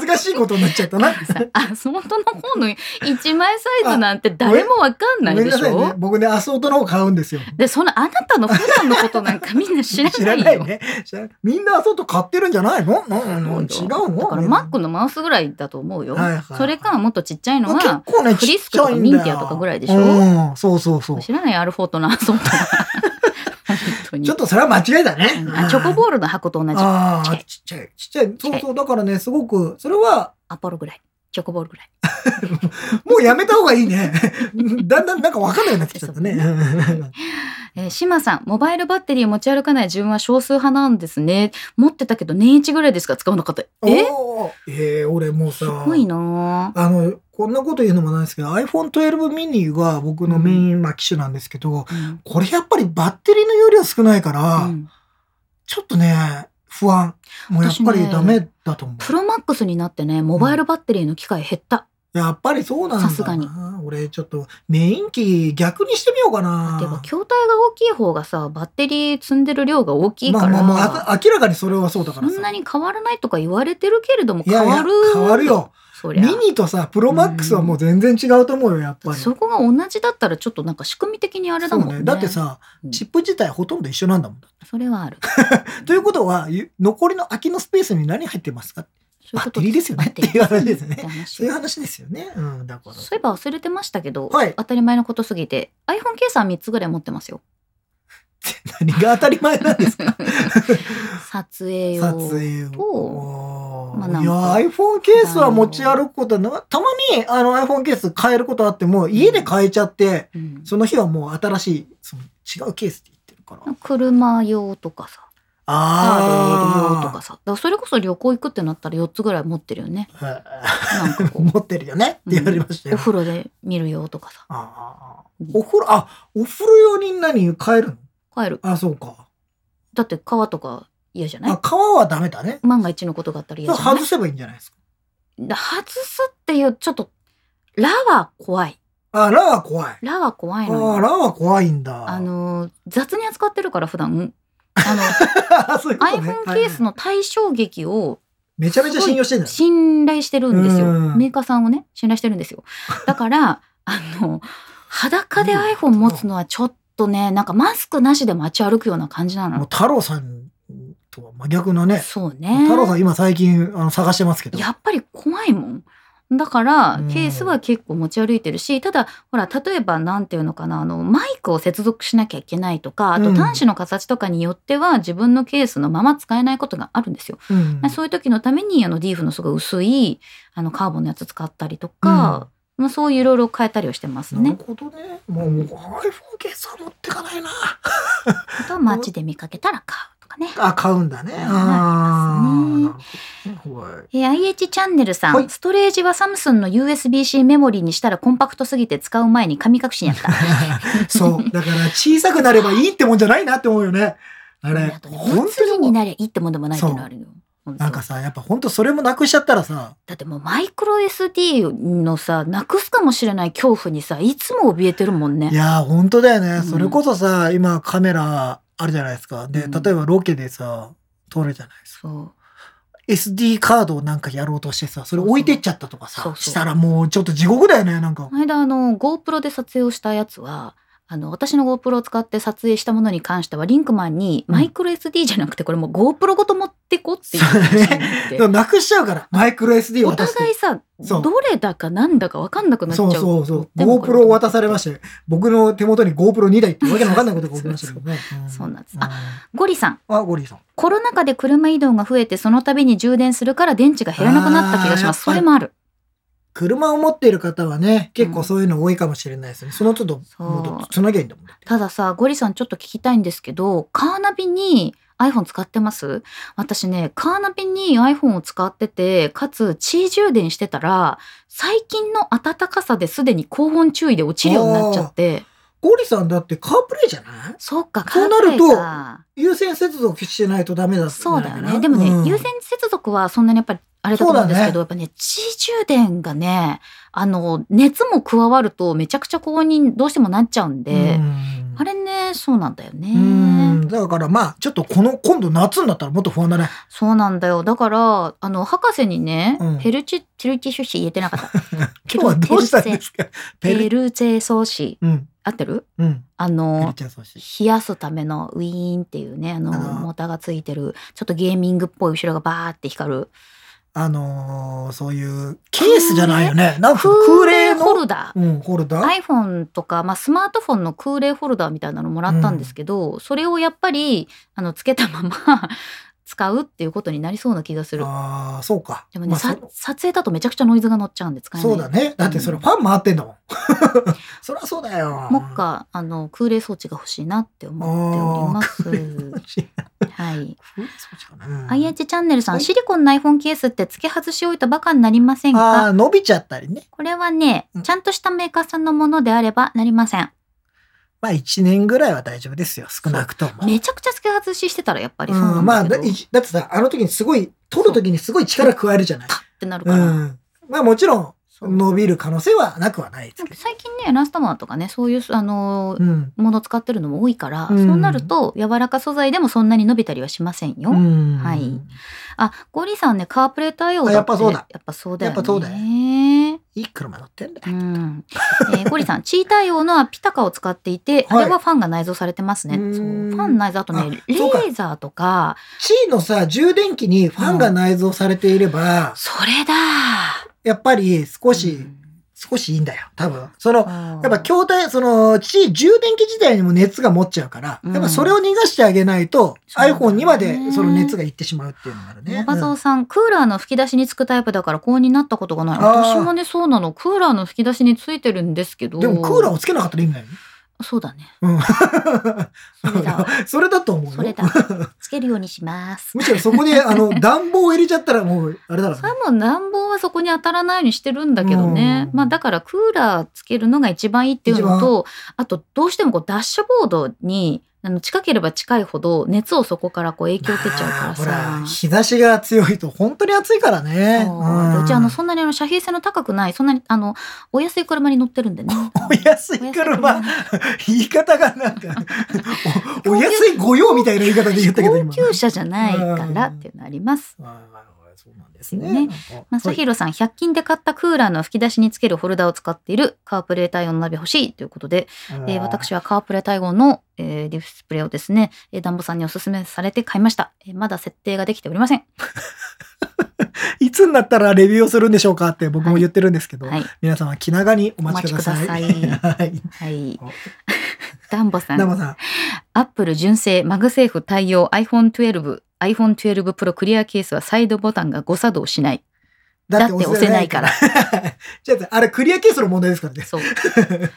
ずかしいことになっちゃったな。さあ、その本当の方の一枚サイズなんて誰もわかんなごいでめんなしさいねょ。僕ね、アソートの方買うんですよ。で、そのあなたの普段のことなんかみんな知ら知ならいないよ。ね。知らないみんなアソート買ってるんじゃな いのうんうんうん違うのだからマックのマウスぐらいだと思うよ。はいはいはいそれかもっとちっちゃいの結は、構ね、フちリっスクちとゃかいんだよ。ミンティアとかぐらいでしょうん、そうそうそう。知らないアル フォートのアソートは。本当にちょっとそれは間違いだね。うんあチョコボールの箱と同じあちっちゃあ、いちっちゃい。ちっちゃい。そうそう。だからね、すごく、それは、アポロぐらいチョコボールぐらいもうやめた方がいいね。 だんだんなんかわかんなくなってきちゃったね。えー、島さんモバイルバッテリー持ち歩かない自分は少数派なんですね持ってたけど年一ぐらいですか使わなかったえ おーえー、俺もうさ、すごいなあの、こんなこと言うのもなんですけど、iPhone12 mini が僕のメイン、まあ、機種なんですけあ、ど、うんこれやっぱりバッテリーの容量少ないから、うんちょっとね、不安。もうやっぱり私ねダメだと思プロマックスになってねモバイルバッテリーの機会減った、う。やっぱりそうなんださな。すがに俺ちょっとメイン機逆にしてみようかな。でも筐体が大きい方がさバッテリー積んでる量が大きいから、まあまあまあ、あ明らかにそれはそうだからさ。そんなに変わらないとか言われてるけれどもい変やいやわる変わるよ。そりミゃニとさ、プロマックスはもう全然違うと思うよ、やっぱり。そこが同じだったらちょっとなんか仕組み的にあれだもんねそうだってさう、んチップ自体ほとんど一緒なんだもん。それはある ということは、ゆ残りの空きのスペースに何入ってますかそういうことバッテリーですよねバッテリーっていう話ですねって話そういう話ですよね。うん、だから。そういえば忘れてましたけど、はい当たり前のことすぎて iPhone ケースは3つぐらい持ってますよ何が当たり前なんですか撮影用撮影を。おーまあなんいやか iPhone ケースは持ち歩くことはなたまにあの iPhone ケース変えることあっても家で変えちゃって、うんその日はもう新しいその違うケースって言ってるから車用とかさカード入れる用とかさだからそれこそ旅行行くってなったら4つぐらい持ってるよねあー なんかこう持ってるよねって言われましたおよ、風呂で見る用とかさあーお風呂あお風呂用に何変えるの帰るあそうかだって川とか嫌じゃないあ皮はダメだね万が一のことがあったら嫌じゃない外せばいいんじゃないですか外すっていうちょっと「ら」は怖いあラは怖い「ら」は怖あいのーよラは怖いんだあの雑に扱ってるから普段あの そういうことね iPhone ケースの対象劇をめちゃめちゃ信用してるんだよ信頼してるんですようんメーカーさんをね信頼してるんです よだからあの裸でうん iPhone 持つのはちょっとねなんかマスクなしで街歩くような感じなもうの太郎さんとは真逆なねそうね太郎さん今最近あの探してますけどやっぱり怖いもん。だからうんケースは結構持ち歩いてるし、ただほら例えばなんていうのかなあのマイクを接続しなきゃいけないとかあうとん端子の形とかによっては自分のケースのまま使えないことがあるんですよ。うんまあそういう時のためにあのディーフのすごい薄いあのカーボンのやつ使ったりとか、まあ、そういういろいろ変えたりをしてますなるね。ほどね。もう、もう iPhone ケースは持ってかないな。あとは街で見かけたら買うとかね。あ、買うんだね。ああ、なるほどね。はいえー IH チャンネルさん、はいストレージはサムスンの USB-C メモリーにしたらコンパクトすぎて使う前に神隠しに あった。そう。だから、小さくなればいいってもんじゃないなって思うよね。あれあ、とね本物理当ににもう。なりゃいいってもんでもないっていうのあるよ。そうなんかさ、やっぱほんとそれもなくしちゃったらさ、だってもうマイクロ SD のさなくすかもしれない恐怖にさいつも怯えてるもんいね。やー、ほんとだよね。うんそれこそさ、今カメラあるじゃないですか。で、うん例えばロケでさ、撮るじゃないですか。そう SD カードをなんかやろうとしてさ、それ置いてっちゃったとかさ、そうそうしたらもうちょっと地獄だよね、なんかこ。の間あの GoPro で撮影をしたやつはあの私の GoPro を使って撮影したものに関してはリンクマンにうんマイクロ SD じゃなくてこれもう GoPro ごと持ってこっていう話 になってでもなくしちゃうから、マイクロ SD お渡して。互いさそどうれだかなんだか分かんなくなっちゃそううそうそう。でもこれ GoPro を渡されまして、僕の手元に GoPro2 台ってわけのわかんないことが起きましたけどね。 そうなんですあ、ゴリさんあ、ゴリさん。コロナ禍で車移動が増えてその度に充電するから電池が減らなくなった気がしますあーそれもある車を持っている方はね、結構そういうの多いかもしれないですね。そのちょっと、そうもうつなげばいいんだもんね。たださゴリさんちょっと聞きたいんですけどカーナビに iPhone 使ってます私ねカーナビに iPhone を使っててかつ地位充電してたら最近の暖かさですでに高温注意で落ちるようになっちゃってゴリさんだってカープレイじゃないそうかそうなカーるとプレイか優先接続してないとダメだってそうだよなねでもね、うん優先接続はそんなにやっぱりあれだと思うんですけど、そやっぱね地位充電がねあの熱も加わるとめちゃくちゃ高温にどうしてもなっちゃうんで、うんあれねそうなんだよね。うんだからまあちょっとこの今度夏になったらもっと不安だね。そうなんだよ。だから、あの、博士にね、うんペルチュ、ペルチュシュシ言えてなかった。ペル今日はどうしたんですか ペ ペルルチェソーシ、うん合ってるうんあペルの、チェソーシ冷やすためのウィーンっていうね、あの、あのモーターがついてる、ちょっとゲーミングっぽい後ろがバーって光る。あのーそういうケースじゃないよね。なんか空空冷冷ホのルダー。うんホルダー。 iPhone とか、まあ、スマートフォンの空冷ホルダーみたいなのもらったんですけど、それをやっぱり、あの、つけたまま 使うっていうことになりそうな気がする。ああそうか。でもね、まあさそ撮影だとめちゃくちゃノイズが乗っちゃうんで使えない。そうだね。だってそれファン回ってん だもん。そりゃそうだよ。もっか、あの、空冷装置が欲しいなって思っておりま そうしす。はい。そうかな IH チャンネルさはん、いシリコンの iPhone ケースって付け外し置いたバカになりませんあーか伸びちゃったりね。これはねう、んちゃんとしたメーカーさんのものであればなりません。まあ1年ぐらいは大丈夫ですよ。少なくとも。めちゃくちゃ付け外ししてたらやっぱりそううなんんまあだけど、だいっだってさあの時にすごい取る時にすごい力加えるじゃない。てなるうから。ん、まあもちろんそう伸びる可能性はなくはないですけど。最近ね、ラスタマーとかね、そういう、あのう、んもの使ってるのも多いから、うんそうなると柔らか素材でもそんなに伸びたりはしませんよ。うんはいあ、ゴリさんね、カープレー対応だってあやっぱそうだ。やっぱそうだよね。やっぱそうだよね。いい車乗ってんだうよ。ん、えー、ゴリさん、チー対応のはピタカを使っていて、はいあれはファンが内蔵されてますね。うそうーフんァン内蔵あとね、レそうかーザーとか、 C のさ充電器にファンが内蔵されていれば、それだ。やっぱり少し、うん少しいいんだよ多分。そのややっぱ筐体その C 充電器自体にも熱が持っちゃうから、うんやっぱそれを逃がしてあげないと、そうだね iPhone にまでその熱がいってしまうっていうのがあるね。モバゾウさん、クーラーの吹き出しにつくタイプだから高温になったことがない。あー私もね、そうなの。クーラーの吹き出しについてるんですけうど。んでもクーラーーをつけなかったら意味ないよね。そうだね。うんそれ だわ。それだと思うよ。それ だ。つけるようにします。むしろそこで、あ の、暖房を入れちゃったらもう、あれだかそれらはもう暖房はそこに当たらないようにしてるんだけどね、うんまあだからクーラーつけるのが一番いいっていうのとあとどうしてもこうダッシュボードにあの近ければ近いほど熱をそこからこう影響を受けちゃうからほら、さ。日差しが強いと本当に暑いからね。そううんうちあのそんなにあの遮蔽性の高くないそんなにあのお安い車に乗ってるん でね。お安いお安い車、言い方がなんか、おお安い御用みたいな言い方で言ったけど、高今。級車じゃないからっていうのあります。はいはいはいそうなんですねね。まあ、サヒロさん、100均で買ったクーラーの吹き出しにつけるホルダーを使っているカープレー対応の鍋欲しいということで、えー私はカープレ対応の、えーディスプレイをですね、えー、ダンボさんにおすすめされて買いました、えーまだ設定ができておりません。いつになったらレビューをするんでしょうかって僕も言ってるんですけど、はい。皆様気長にお待ちください。お待ちくだ はい。はいお。ダンボさん、生さん。アップル純正マグセーフ対応 iPhone12。iPhone12 Pro クリアケースはサイドボタンが誤作動しない。だって押せないから。。 じゃあ、あれクリア ケースの問題ですからね。そう。あれね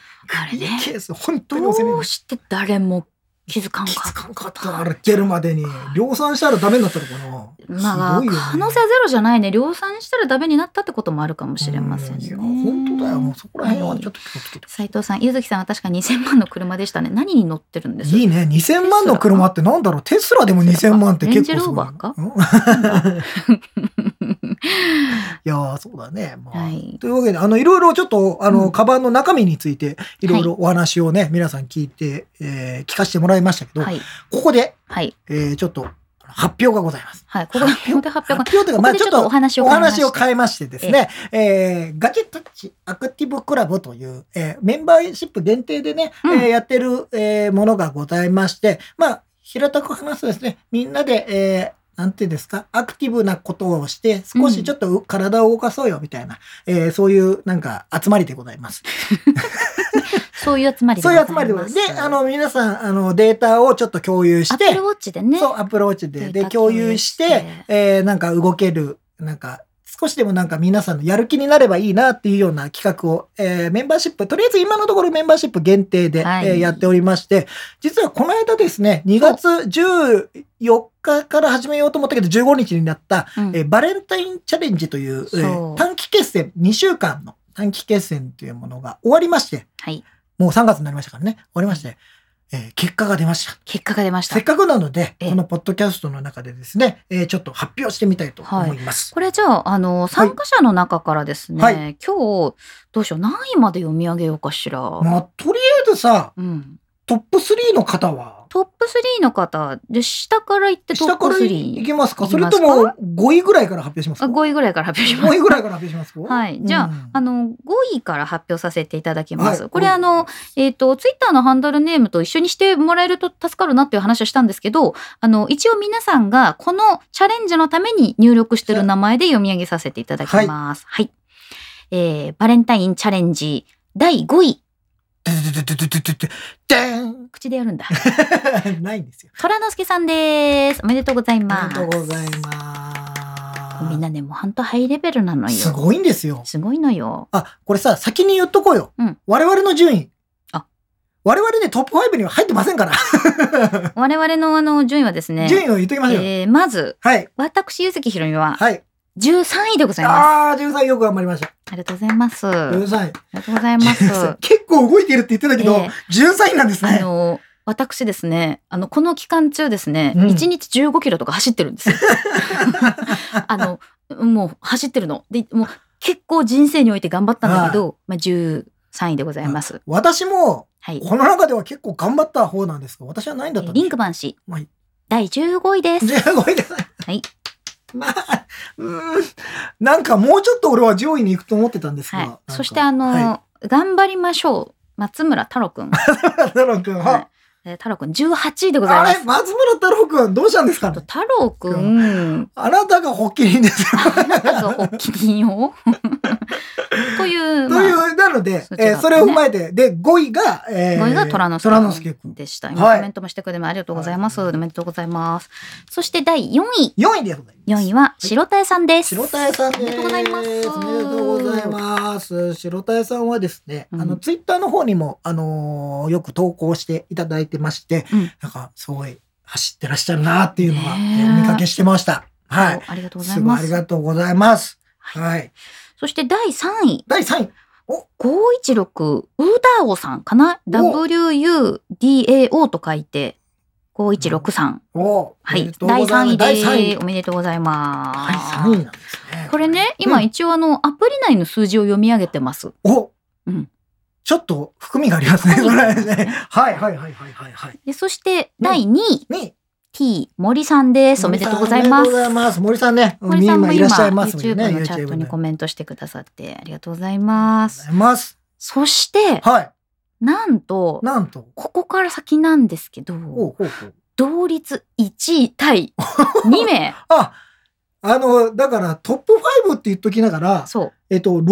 クリアケース、本当に押せないどんうだ。して誰も気づかん気かづかんかった。あっれ出るまでに。量産したらダメになったのかな。たまあ、すごいよね可能性はゼロじゃないね量産したらダメになったってこともあるかもしれませんねういや本当だよ。もうそこら辺はちょっと気をつけて。斉藤さん、ゆずきさんは確か2000万の車でしたね。何に乗ってるんですいいね。2000万の車ってなんだろうテスラでも2000万って結レン構すごい。ジローバーかうんいやー、そうだね。まあ はいというわけで、あの、いろいろちょっと、あの、うんカバンの中身について、いろいろお話をね、皆さん聞いて、えー聞かせてもらいましたけど、はい。ここで、はい。えーちょっと、発表がございます。はい。ここで発表発表が。発表というか、まあここでちちょょっっととお話をお変えまし話てを変えましてですね、えーガジェットタッチアクティブクラブという、えーメンバーシップ限定でね、うんえーやってる、えーものがございまして、まあ、平たく話すとですね、みんなで、えーなんていうんですか、アクティブなことをして、少しちょっとう体を動かそうよみたいな、えーそういうなんか集まりでございます。そういう集まりそういう集まりでございます。で、あの、皆さん、あの、データをちょっと共有アしッて、プルウォッチでね。そう、アプローチで。デーで、タ共有して、共有してえーなんか動ける、なんか、少しでもなんか皆さんのやる気になればいいなっていうような企画を、えーメンバーシップ、とりあえず今のところメンバーシップ限定で、はいえーやっておりまして、実はこの間ですね、2月14日から始めようと思ったけど、15日になった、うんえーバレンタインチャレンジという、えーそう短期決戦、2週間の短期決戦というものが終わりまして、はい。もう3月になりましたからね、終わりまして、えー結果が出ました。結果が出ましたせっ。かくなので、ええこのポッドキャストの中でですね、えーちょっと発表してみたいと思います。これじゃあ、あの、参加者の中からですね、はい今日、どうしよう、何位まで読み上げようかしら。まあ、とりあえずさ、うん。トップ3の方は、トップ3の方、で、下から行ってト下ップからい3。きますかいきそれますとかも5位ぐらいから発表しますあか5位ぐらいから発表します。 5位ぐらいから発表しますかはい。じゃあ、うんあの、5位から発表させていただきます。はいこれ、あの、えっ、と、ツイッターのハンドルネームと一緒にしてもらえると助かるなっていう話をしたんですけど、あの、一応皆さんがこのチャレンジのために入力してる名前で読み上げさせていただきます。はい。えー、バレンタインチャレンジ第5位。ドゥドゥドゥドゥドゥドゥドゥド口でやる んだ。ゥーンないんですよ。虎之助さんです。おめでとうございあまりす。がとうございます。みんなね、もうほんとハイレベルなのよ。すごいんですよ。すごいのよ。あ、これさ、先に言っとこうよ。うん我々の順位。あ我々ね、トップ5には入ってませんから。我々のあの、順位はですね、順位を言っときましょうよ。えーまず、はい。私、ゆずきひろみは、はい。 13位でございます。ああー、13よく頑張りました。ありがとうございます。あり13がとうございます。位。 結構動いてるって言ってたけどえ、 13位なんですあね。の、私ですね、あの、この期間中ですね、うん1日15キロとか走ってるん ですよ。あの、もう走ってるの。で、もう結構人生において頑張ったんだけど、まあ、13位でございます。私も、はい。この中では結構頑張った方なんですが、私はないんだったんでリすンクマン氏、はい第15位です。 15位です。はい。 まあ、うーん。なんかもうちょっと俺は上位に行くと思ってたんですが。なんはかい。そして、あの、は頑張りましょう。松村太郎くん。い、太郎くん、はいえー太郎くん、18位でございあまれ、す。松村太郎くん、どうしたんですかね太郎くん、あなたが発起人ですよ。あなたが発起人を という、といまあ、う、なので、そちらえーそれを踏まえて、で、5位が、えーこれが虎之虎之助助く君ん。でした。はい今コメントもしてくれてもありがとうございます。はいおめでとうございます。そして第4位。 4位でございます。 4位は白田屋さんです。白田屋さんです。おめでとうございます。おめでとうございます。白田屋さんはですね、うんあの、ツイッターの方にも、あのーよく投稿していただいてまして、うんなんか、すごい走ってらっしゃるなっていうのは、ねええー見かけしてました。はい。おありがとうございすごいまありす。がとうございます。はいはい。そして第3位。第3位。 516ウーダーオさんかなお ?WUDAO と書いて5163さん。おはおめいで。とう第ござ3ま位す第3で位す。。おめでとうございます。第3位なんですね。これね、今一応あの、アプリ内の数字を読み上げてます。おうんちょっと含みがありますね。含みそがありれはますねね。はいはいはいはいはいはい。で、そして、うん第2位、に T 森さんです。おめでとうございます。森さんおめでとうござ森います。森さんね、さんも今い今、らっしゃいますもんね。 YouTube のチャット YouTube にねコメントしてくださって、ありがとうございます。ありがとうございます。そして、はい。なんと、なんと。ここから先なんですけど、ほうほうほう同率1位対2名。 あ、あの、だからトップ5って言っときながら、そえっと、6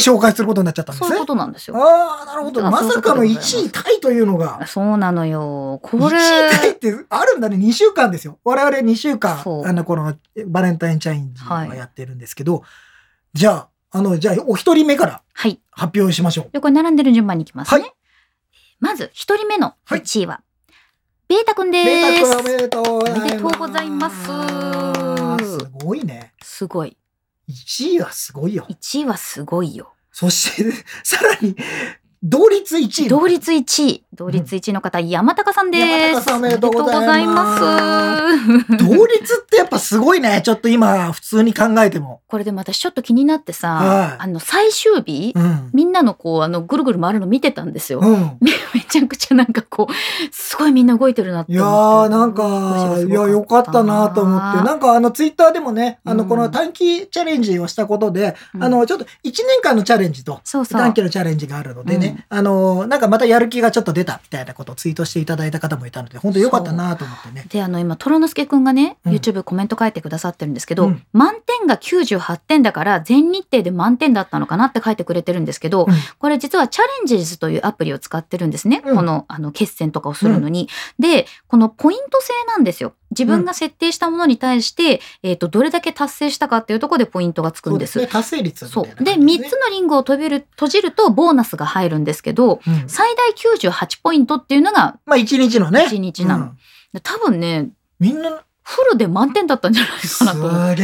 人紹介することになっちゃったう、んでそうすいうねこ。となんですよ。ああ、なるほど。あまそういうさことかでごのざいます1位タイというのが。そうなのよ。これ、 1位タイってあるんだね。2週間ですよ。我々2週間、そうあの、このバレンタインチャレンジはいはやってるんですけど、じゃあ、あの、じゃあ、お一人目からはい。発表しましょう。で、これ並んでる順番にいきますね。はまず、一人目のはい1位は、ベータくんでベータ君おめす。でとうございます。おめでとうございますすごいね。すごい。 1位はすごいよ。 1位はすごいよ。そして、 さらに、同率1位。同率1位。同率1位の方、山高さんです。山高さんおめでとうございますおめでとうございます同率ってやっぱすごいね。ちょっと今、普通に考えても。これでも私ちょっと気になってさ、はいあの、最終日、うん。みんなのこう、あの、ぐるぐる回るの見てたんですよ。うん。めめちゃくちゃなんかこう、すごいみんな動いてるなってい思って。やー、なん動か、きいがや、すよごかったなと思って。なんか、あの、ツイッターでもね、あの、うんこの短期チャレンジをしたことで、うんあの、ちょっと1年間のチャレンジと、そうそう。短期のチャレンジがあるのでね、あの、なんかまたやる気がちょっと出たみたいなことをツイートしていただいた方もいたので、本当よかったなと思ってね。であの今虎之助くんがねうん YouTube コメント書いてくださってるんですけど、うん満点が98点だから全日程で満点だったのかなって書いてくれてるんですけど、うんこれ実はチャレンジーズというアプリを使ってるんですね、うんこのあの決戦とかをするのに。でこのポイント制なんですよ。自分が設定したものに対して、えー、とどれだけ達成したかっていうところでポイントがつくんです。そうね達成率みたそいうな感じでね、 3つのリングを飛べる閉じるとボーナスが入るんですけどうん最大98ポイントっていうのがまあ、1日のね。 1日なのう。んで多分ねみんな、フルで満点だったんじゃないかなと思う。すげ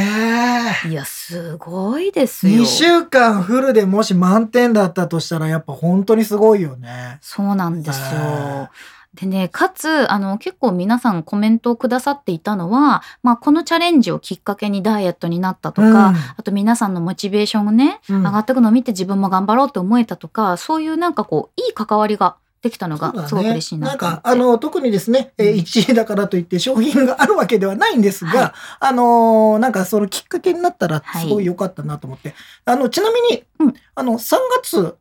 え。いや、すごいですよ2。週間フルでもし満点だったとしたらやっぱ本当にすごいよね。そうなんですよあ。でね、かつ、あの、結構皆さんコメントをくださっていたのは、まあ、このチャレンジをきっかけにダイエットになったとか、あと皆さんのモチベーションがね、うん、上がってくのを見て自分も頑張ろうって思えたとか、そういうなんかこう、いい関わりができたのそうだがねすごく嬉しいななんと思ってか、あの、特にですね、えうん1位だからといって商品があるわけではないんですが、はいあのーなんかそのきっかけになったらはいすごい良かったなと思って、あの、ちなみに、うんあの、3月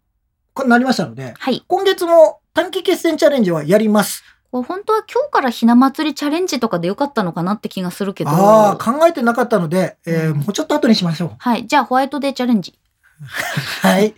になりましたので、はい。今月も短期決戦チャレンジはやります。こう本当は今日からひな祭りチャレンジとかでよかったのかなって気がするけど。ああ、考えてなかったので、えーうんもうちょっと後にしましょう。はい。じゃあホワイトデーチャレンジ。 はい。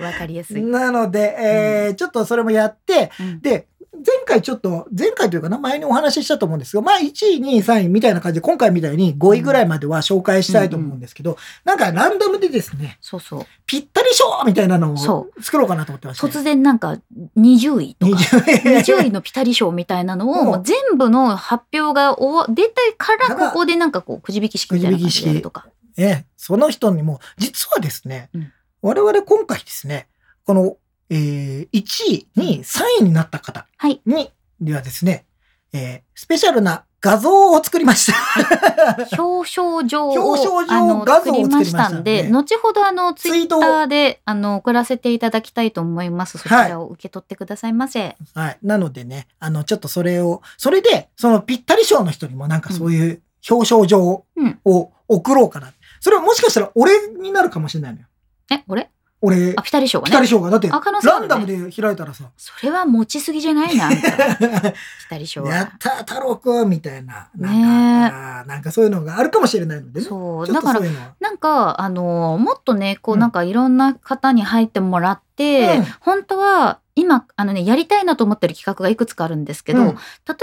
わかりやすい。 なので、えーちょっとそれもやって、うんで、前回ちょっと、前回というかな、前にお話ししたと思うんですが、まあ1位、2位、3位みたいな感じで、今回みたいに5位ぐらいまでは紹介したいと思うんですけど、なんかランダムでですね、そうそう。ぴったり賞みたいなのそを作ろうかなと思ってました、ね。突然なんか20位とか。20 20位のピタリ賞みたいなのをうんもう全部の発表が終わ出てからここでなんかこうくじ引き式みたいな感じでやるとか。ええ、その人にも、実はですね、うん我々今回ですね、この、えー、1位、2位、3位になった方はいに、ではですね、えースペシャルな画像を作りました。 表彰状を表彰状あの画像作りをました作りましたんんでで、後ほどあのツツイイーットタをーであの送らせていただきたいと思います。そちらを受け取ってくださいませ。はい。なのでね、あの、ちょっとそれを、それで、そのぴったり賞の人にもなんかそういう表彰状をうんを送ろうかな。それはもしかしたら俺になるかもしれないのよ。え、俺俺あ、、ピタリ賞がぴったねり。賞が。だって、あ可能性あラるねンダムで開いたらさ、それは持ちすぎじゃないな、み たいなピタリ賞やっは。たー太郎くんみたいな、なんねか、あーなんかそういうのがあるかもしれないのでね。そう。ちょっだとからそういうのは。なんか、あのもっとね、こうう、んなんかいろんな方に入ってもらって、うん本当は、今、あのね、やりたいなと思ってる企画がいくつかあるんですけど、うん例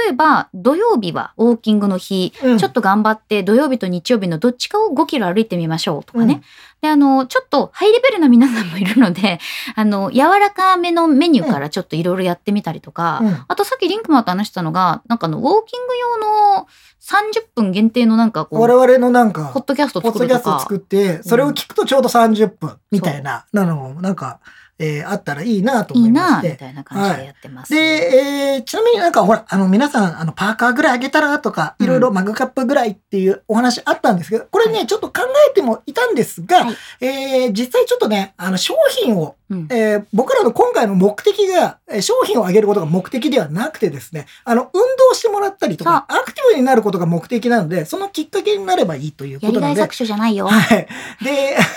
えば、土曜日はウォーキングの日、うんちょっと頑張って、土曜日と日曜日のどっちかを5キロ歩いてみましょうとかね。うんで、あのちょっとハイレベルな皆さんもいるので、 あの、柔らかめのメニューからちょっといろいろやってみたりとか、うんあとさっきリンクマンと話したのが、なんかあの、ウォーキング用の30分限定のなんかこ我う、々のなんか、ポッドキャストポッ作ドるキとャストをか。作って、それを聞くとちょうど30分みたいな、なのもなんか、えーあったらいいなとい思いいましなて。みたいな感じでやってます。で、えーちなみになんかほら、あの皆さん、あのパーカーぐらいあげたらとか、うんいろいろマグカップぐらいっていうお話あったんですけど、これね、はちょっと考えてもいたんですが、はいえー実際ちょっとね、あの商品を、うんえー僕らの今回の目的が、えー商品をあげることが目的ではなくてですね、あの、運動してもらったりとか、アクティブになることが目的なので、そのきっかけになればいいというこやりとがないので、搾取じゃないよ。はい。で、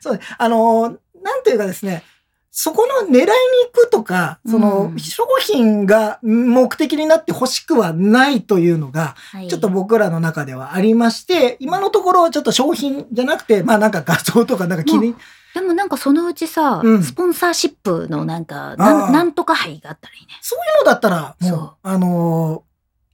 そうねあのー、なんというかですね、そこの狙いに行くとか、そうの、ん商品が目的になって欲しくはないというのが、はいちょっと僕らの中ではありまして、今のところちょっと商品じゃなくて、まあなんか画像とかなんか気に、でもなんかそのうちさ、うんスポンサーシップのなんか、なあーんなんとか杯があったらいいね。そうだったら、もそうう、あのー、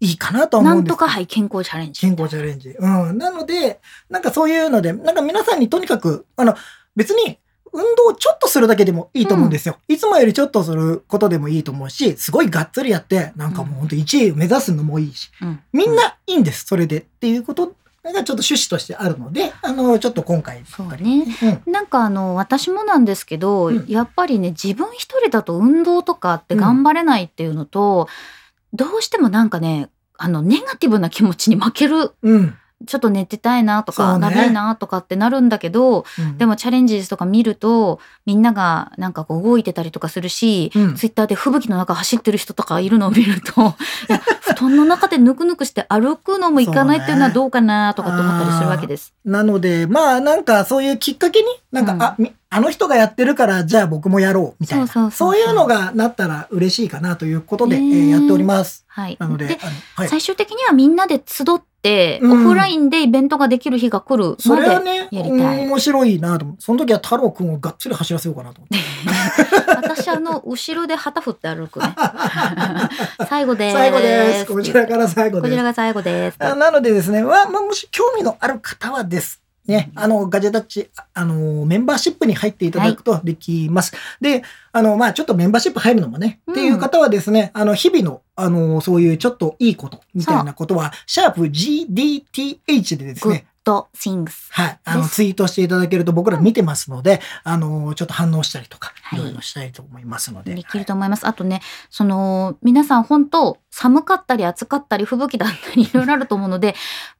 いいかなとは思なうんんでとすけどか杯健康チャレンジ。健康チャレンジ。うん。なので、なんかそういうので、なんか皆さんにとにかく、あの、別に、運動をちょっとするだけでもいいと思うんですよ。いつもよりちょっとすることでもいいと思うし、すごいがっつりやって、なんかもう本当1位を目指すのもいいし、うんみんないいんです、それで。っていうことがちょっと趣旨としてあるので、あの、ちょっと今回。そうねうんなんかあの私もなんですけど、うんやっぱりね自分一人だと運動とかって頑張れないっていうのと、どうしてもなんかねあのネガティブな気持ちに負けるうん。ちょっと寝てたいなとそか、うねだるいなとかってなるんだけどうんで、もチャレンジとか見るとみんながなんかこう動いてたりとかするし、うんツイッターで吹雪の中走ってる人とかいるのを見 るといや布団の中でぬくぬくして歩くのもいかないっていうのはどうかなとかって思ったりするわけです。なので、まあなんかそういうきっかけに、なんか、うんあ、みあの人がやってるから、じゃあ僕もやろう、みたいな。そうそうそうそういうのがなったら嬉しいかなということで、えねーやっております。はい、なので、あのはい。最終的にはみんなで集って、うんオフラインでイベントができる日が来るそれはまで、ね、やりたい面白いなと思う。その時は太郎くんをがっつり走らせようかなと思 って。私あの後ろで旗振って歩く ね最後です最後です。こちらから最後こでちすら。が最後ですあなのでですね、まあ、まあもし興味のある方はですね、あの、ガジェタッチ、ああの、メンバーシップに入っていただくとできます。で、あの、まあ、ちょっとメンバーシップ入るのもね、うんっていう方はですね、あの、日々の、あの、そういうちょっといいこと、みたいなことは、シャープ GDTH でですグッね、ドシングスはい、あの、ですツイートしていただけると僕ら見てますので、あの、ちょっと反応したりとか、はいいろいろしたいと思いますので。できると思います。あとね、その、皆さん本当、寒かったり暑かったり吹雪だった りいろいろあると思うので、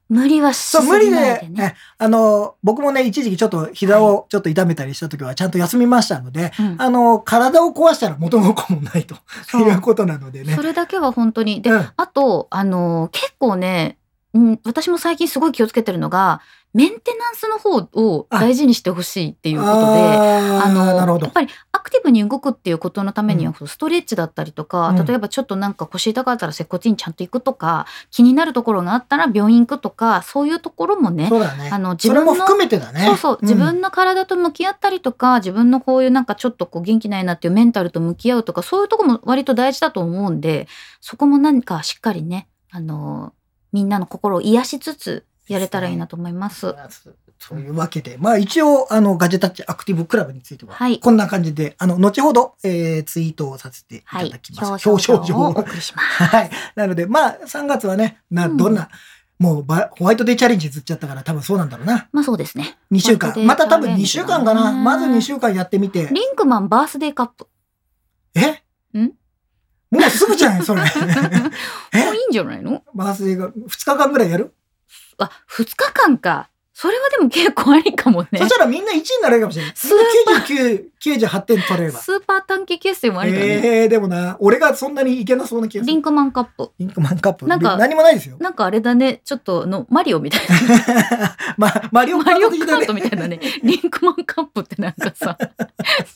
無理はしすそう、無理ぎないで、でね。えあの、僕もね、一時期ちょっと膝をちょっと痛めたりした時は、ちゃんと休みましたので、うんあの、体を壊したら元も子もないとそういうことなのでねそ。れだけは本当に。で、うんあと、あの、結構ね、うん、私も最近すごい気をつけてるのが、メンテナンスの方を大事にしてほしいっていうことで、あーあのなるほやどっ。ぱりアクティブに動くっていうことのためには、ストレッチだったりとか、うん例えばちょっとなんか腰痛かったら接骨院ちゃんと行くとか気になるところがあったら病院行くとかそういうところもねそうだね。あの自それ分もの含めてだね。そうそう、ん自分の体と向き合ったりとか、自分のこういうなんかちょっとこう元気ないなっていうメンタルと向き合うとか、そういうとこも割と大事だと思うんで、そこも何かしっかりね、あのーみんなの心を癒しつつやれたらいいなと思います。というわけで、まあ一応、あの、ガジェタッチアクティブクラブについてははい、こんな感じで、あの、後ほど、えーツイートをさせていはたいだきます。。表彰状をお送りします。 はい。なので、まあ、3月はね、な、うんどんな、もうば、ホワイトデーチャレンジずっちゃったから、多分そうなんだろうな。まあそうですね。 2週間ホワイト。デーまた多分チャレンジ2週間かな。ねまず2週間やってみて。リンクマンバースデーカップ。えんもうすぐじゃん、そ れ。もういえいんじゃないのバースデーが2日間ぐらいやる、あ、2日間か。それはでも結構ありかもねそし。たらみんな1位になれるかもしれない。スー99、98点取れれば。スーパー短期決戦もありだね。えー、でもな、俺がそんなにいけなそうな気がすリる。ンクマンカップ。リンクマンカップ。なんか何もな いですよ。なんかあれだね、ちょっとあのマリオみたい な。ま、マリオカマーリオカト的だねートみたいなね。リンクマンカップってなんかさ、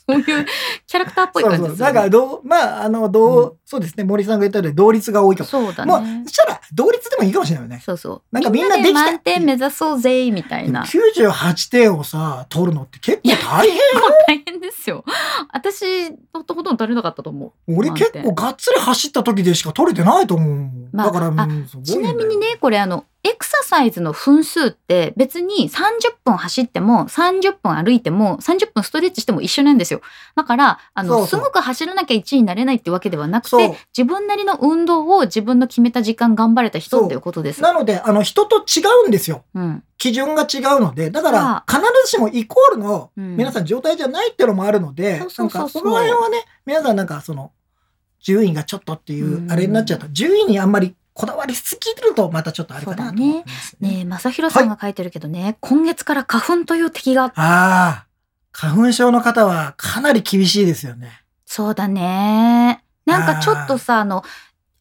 そういうキャラクターっぽいそう感じそでう。すよだねから、どう、まあ、あの、どう、うそうですね、森さんが言ったように同率が多いかも。そうだもう、ねそ。したら、同率でもいいかもしれないよね。そうそう。なんかみんなでみきんたなで満点目指そうぜ、みたい な。 98点をさ、取るのって結構大変。結構大変ですよ。私、ほとんど足りなかったと思う。俺結構満がっつり走った時でしか取れてないと思う。まあだから、あうんすごい点。ちんだなよみにね、これあの、エクササイズの分数って別に30分走っても30分歩いても30分ストレッチしても一緒なんですよ。だから、あの、そうそうすごく走らなきゃ1位になれないってわけではなくてそ、う。自分なりの運動を自分の決めた時間頑張れたそう人っていうことです。なので、あの、人と違うんですよ。うん、基準が違うので、だからあ、必ずしもイコールの、うん皆さん状態じゃないっていうのもあるので、そうなそんうそか、うそそうの辺はね、皆さんなんか、その、順位がちょっとっていうう、んあれになっちゃうと、順位にあんまりこだわりすぎると、またちょっとあれかなと思いますね。ねえ、正弘さんが書いてるけどね、今月から花粉という敵が、ああ、花粉症の方はかなり厳しいですよね。そうだね。なんかちょっとさ、あの、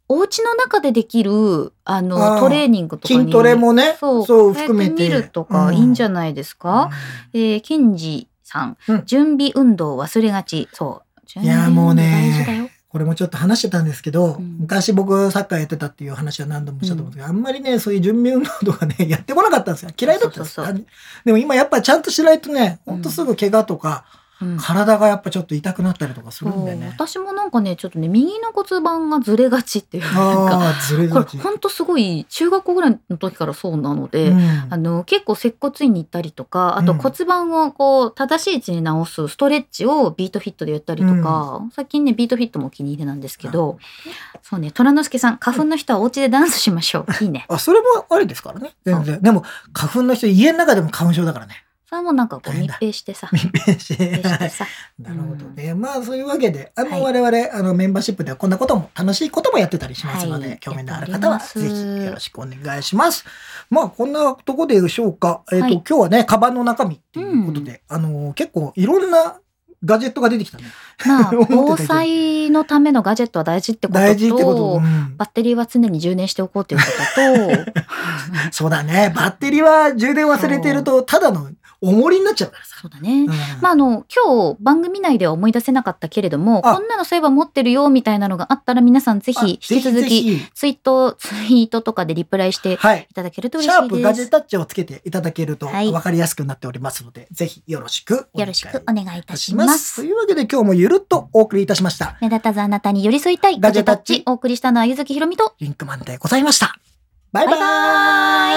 お家の中でできる、あの、あートレーニングとかに筋トレもね、そう、そう含めて。変えるとかいいんじゃないないですか、えー、ケンジさん,、うん準備運動忘れがち。そう。いやーもうね準備運動大事だよ。これもちょっと話してたんですけど、うん昔僕サッカーやってたっていう話は何度もしたと思うんですけど、あんまりね、そういう準備運動とかね、やってこなかったんですよ。嫌いだったんですそうそうそう単にでも今やっぱちゃんとしないとね、ほんとすぐ怪我とか、うん体がやっぱちょっと痛くなったりとかすそるんでうね。私もなんかねちょっとね右の骨盤がずれがちっていうなんかああ、ずれこがれち。ほんとすごい中学校ぐらいの時からそうなので、うんあの結構接骨院に行ったりとかあとうん骨盤をこう正しい位置に直すストレッチをビートフィットでやったりとか、最近ねビートフィットもお気に入りなんですけどそうね虎之助さん花粉の人はお家でダンスしましょういいねあ、それもありですからね。全然。でも、花粉の人、家の中でも花粉症だからね。それはもうなんかこ大う変密だ閉してさ密閉し密閉してて。さなるほどね。まあ、そういうわけで、あの、は我々、あの、メンバーシップではこんなことも、楽しいこともやってたりしますので、はい興味のある方は、やっておぜりますひ、よろしくお願いします。まあ、こんなとこでしょうか。えっ、と、はい今日はね、カバンの中身っていうことで、あの、結構、いろんなガジェットが出てきたね。まあ 思ってたより防災のためのガジェットは大事ってことと大事ってこと。うんバッテリーは常に充電しておこうっていう こととそうだね。バッテリーは充電忘れてると、ただの重りになっちゃうからさ。そうだねうんまあ、あの今日番組内では思い出せなかったけれどもあこんなのそういえば持ってるよみたいなのがあったら皆さんぜひ引き続ぜひきぜひツイートツイートとかでリプライしていはい。ただけるとシ嬉しャーいプガでジェす。タッチをつけていただけるとはい分かりやすくなっておりますので、ぜひよろしくおよ願いろいしたくお願いいたします。というわけで今日もゆるっとお送りいたしました。目立たずあなたに寄り添いたいガジェタッガジェタッチチお送りしたのはゆずきひろみとリンクマンでございました。バイババイバ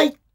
ーイイ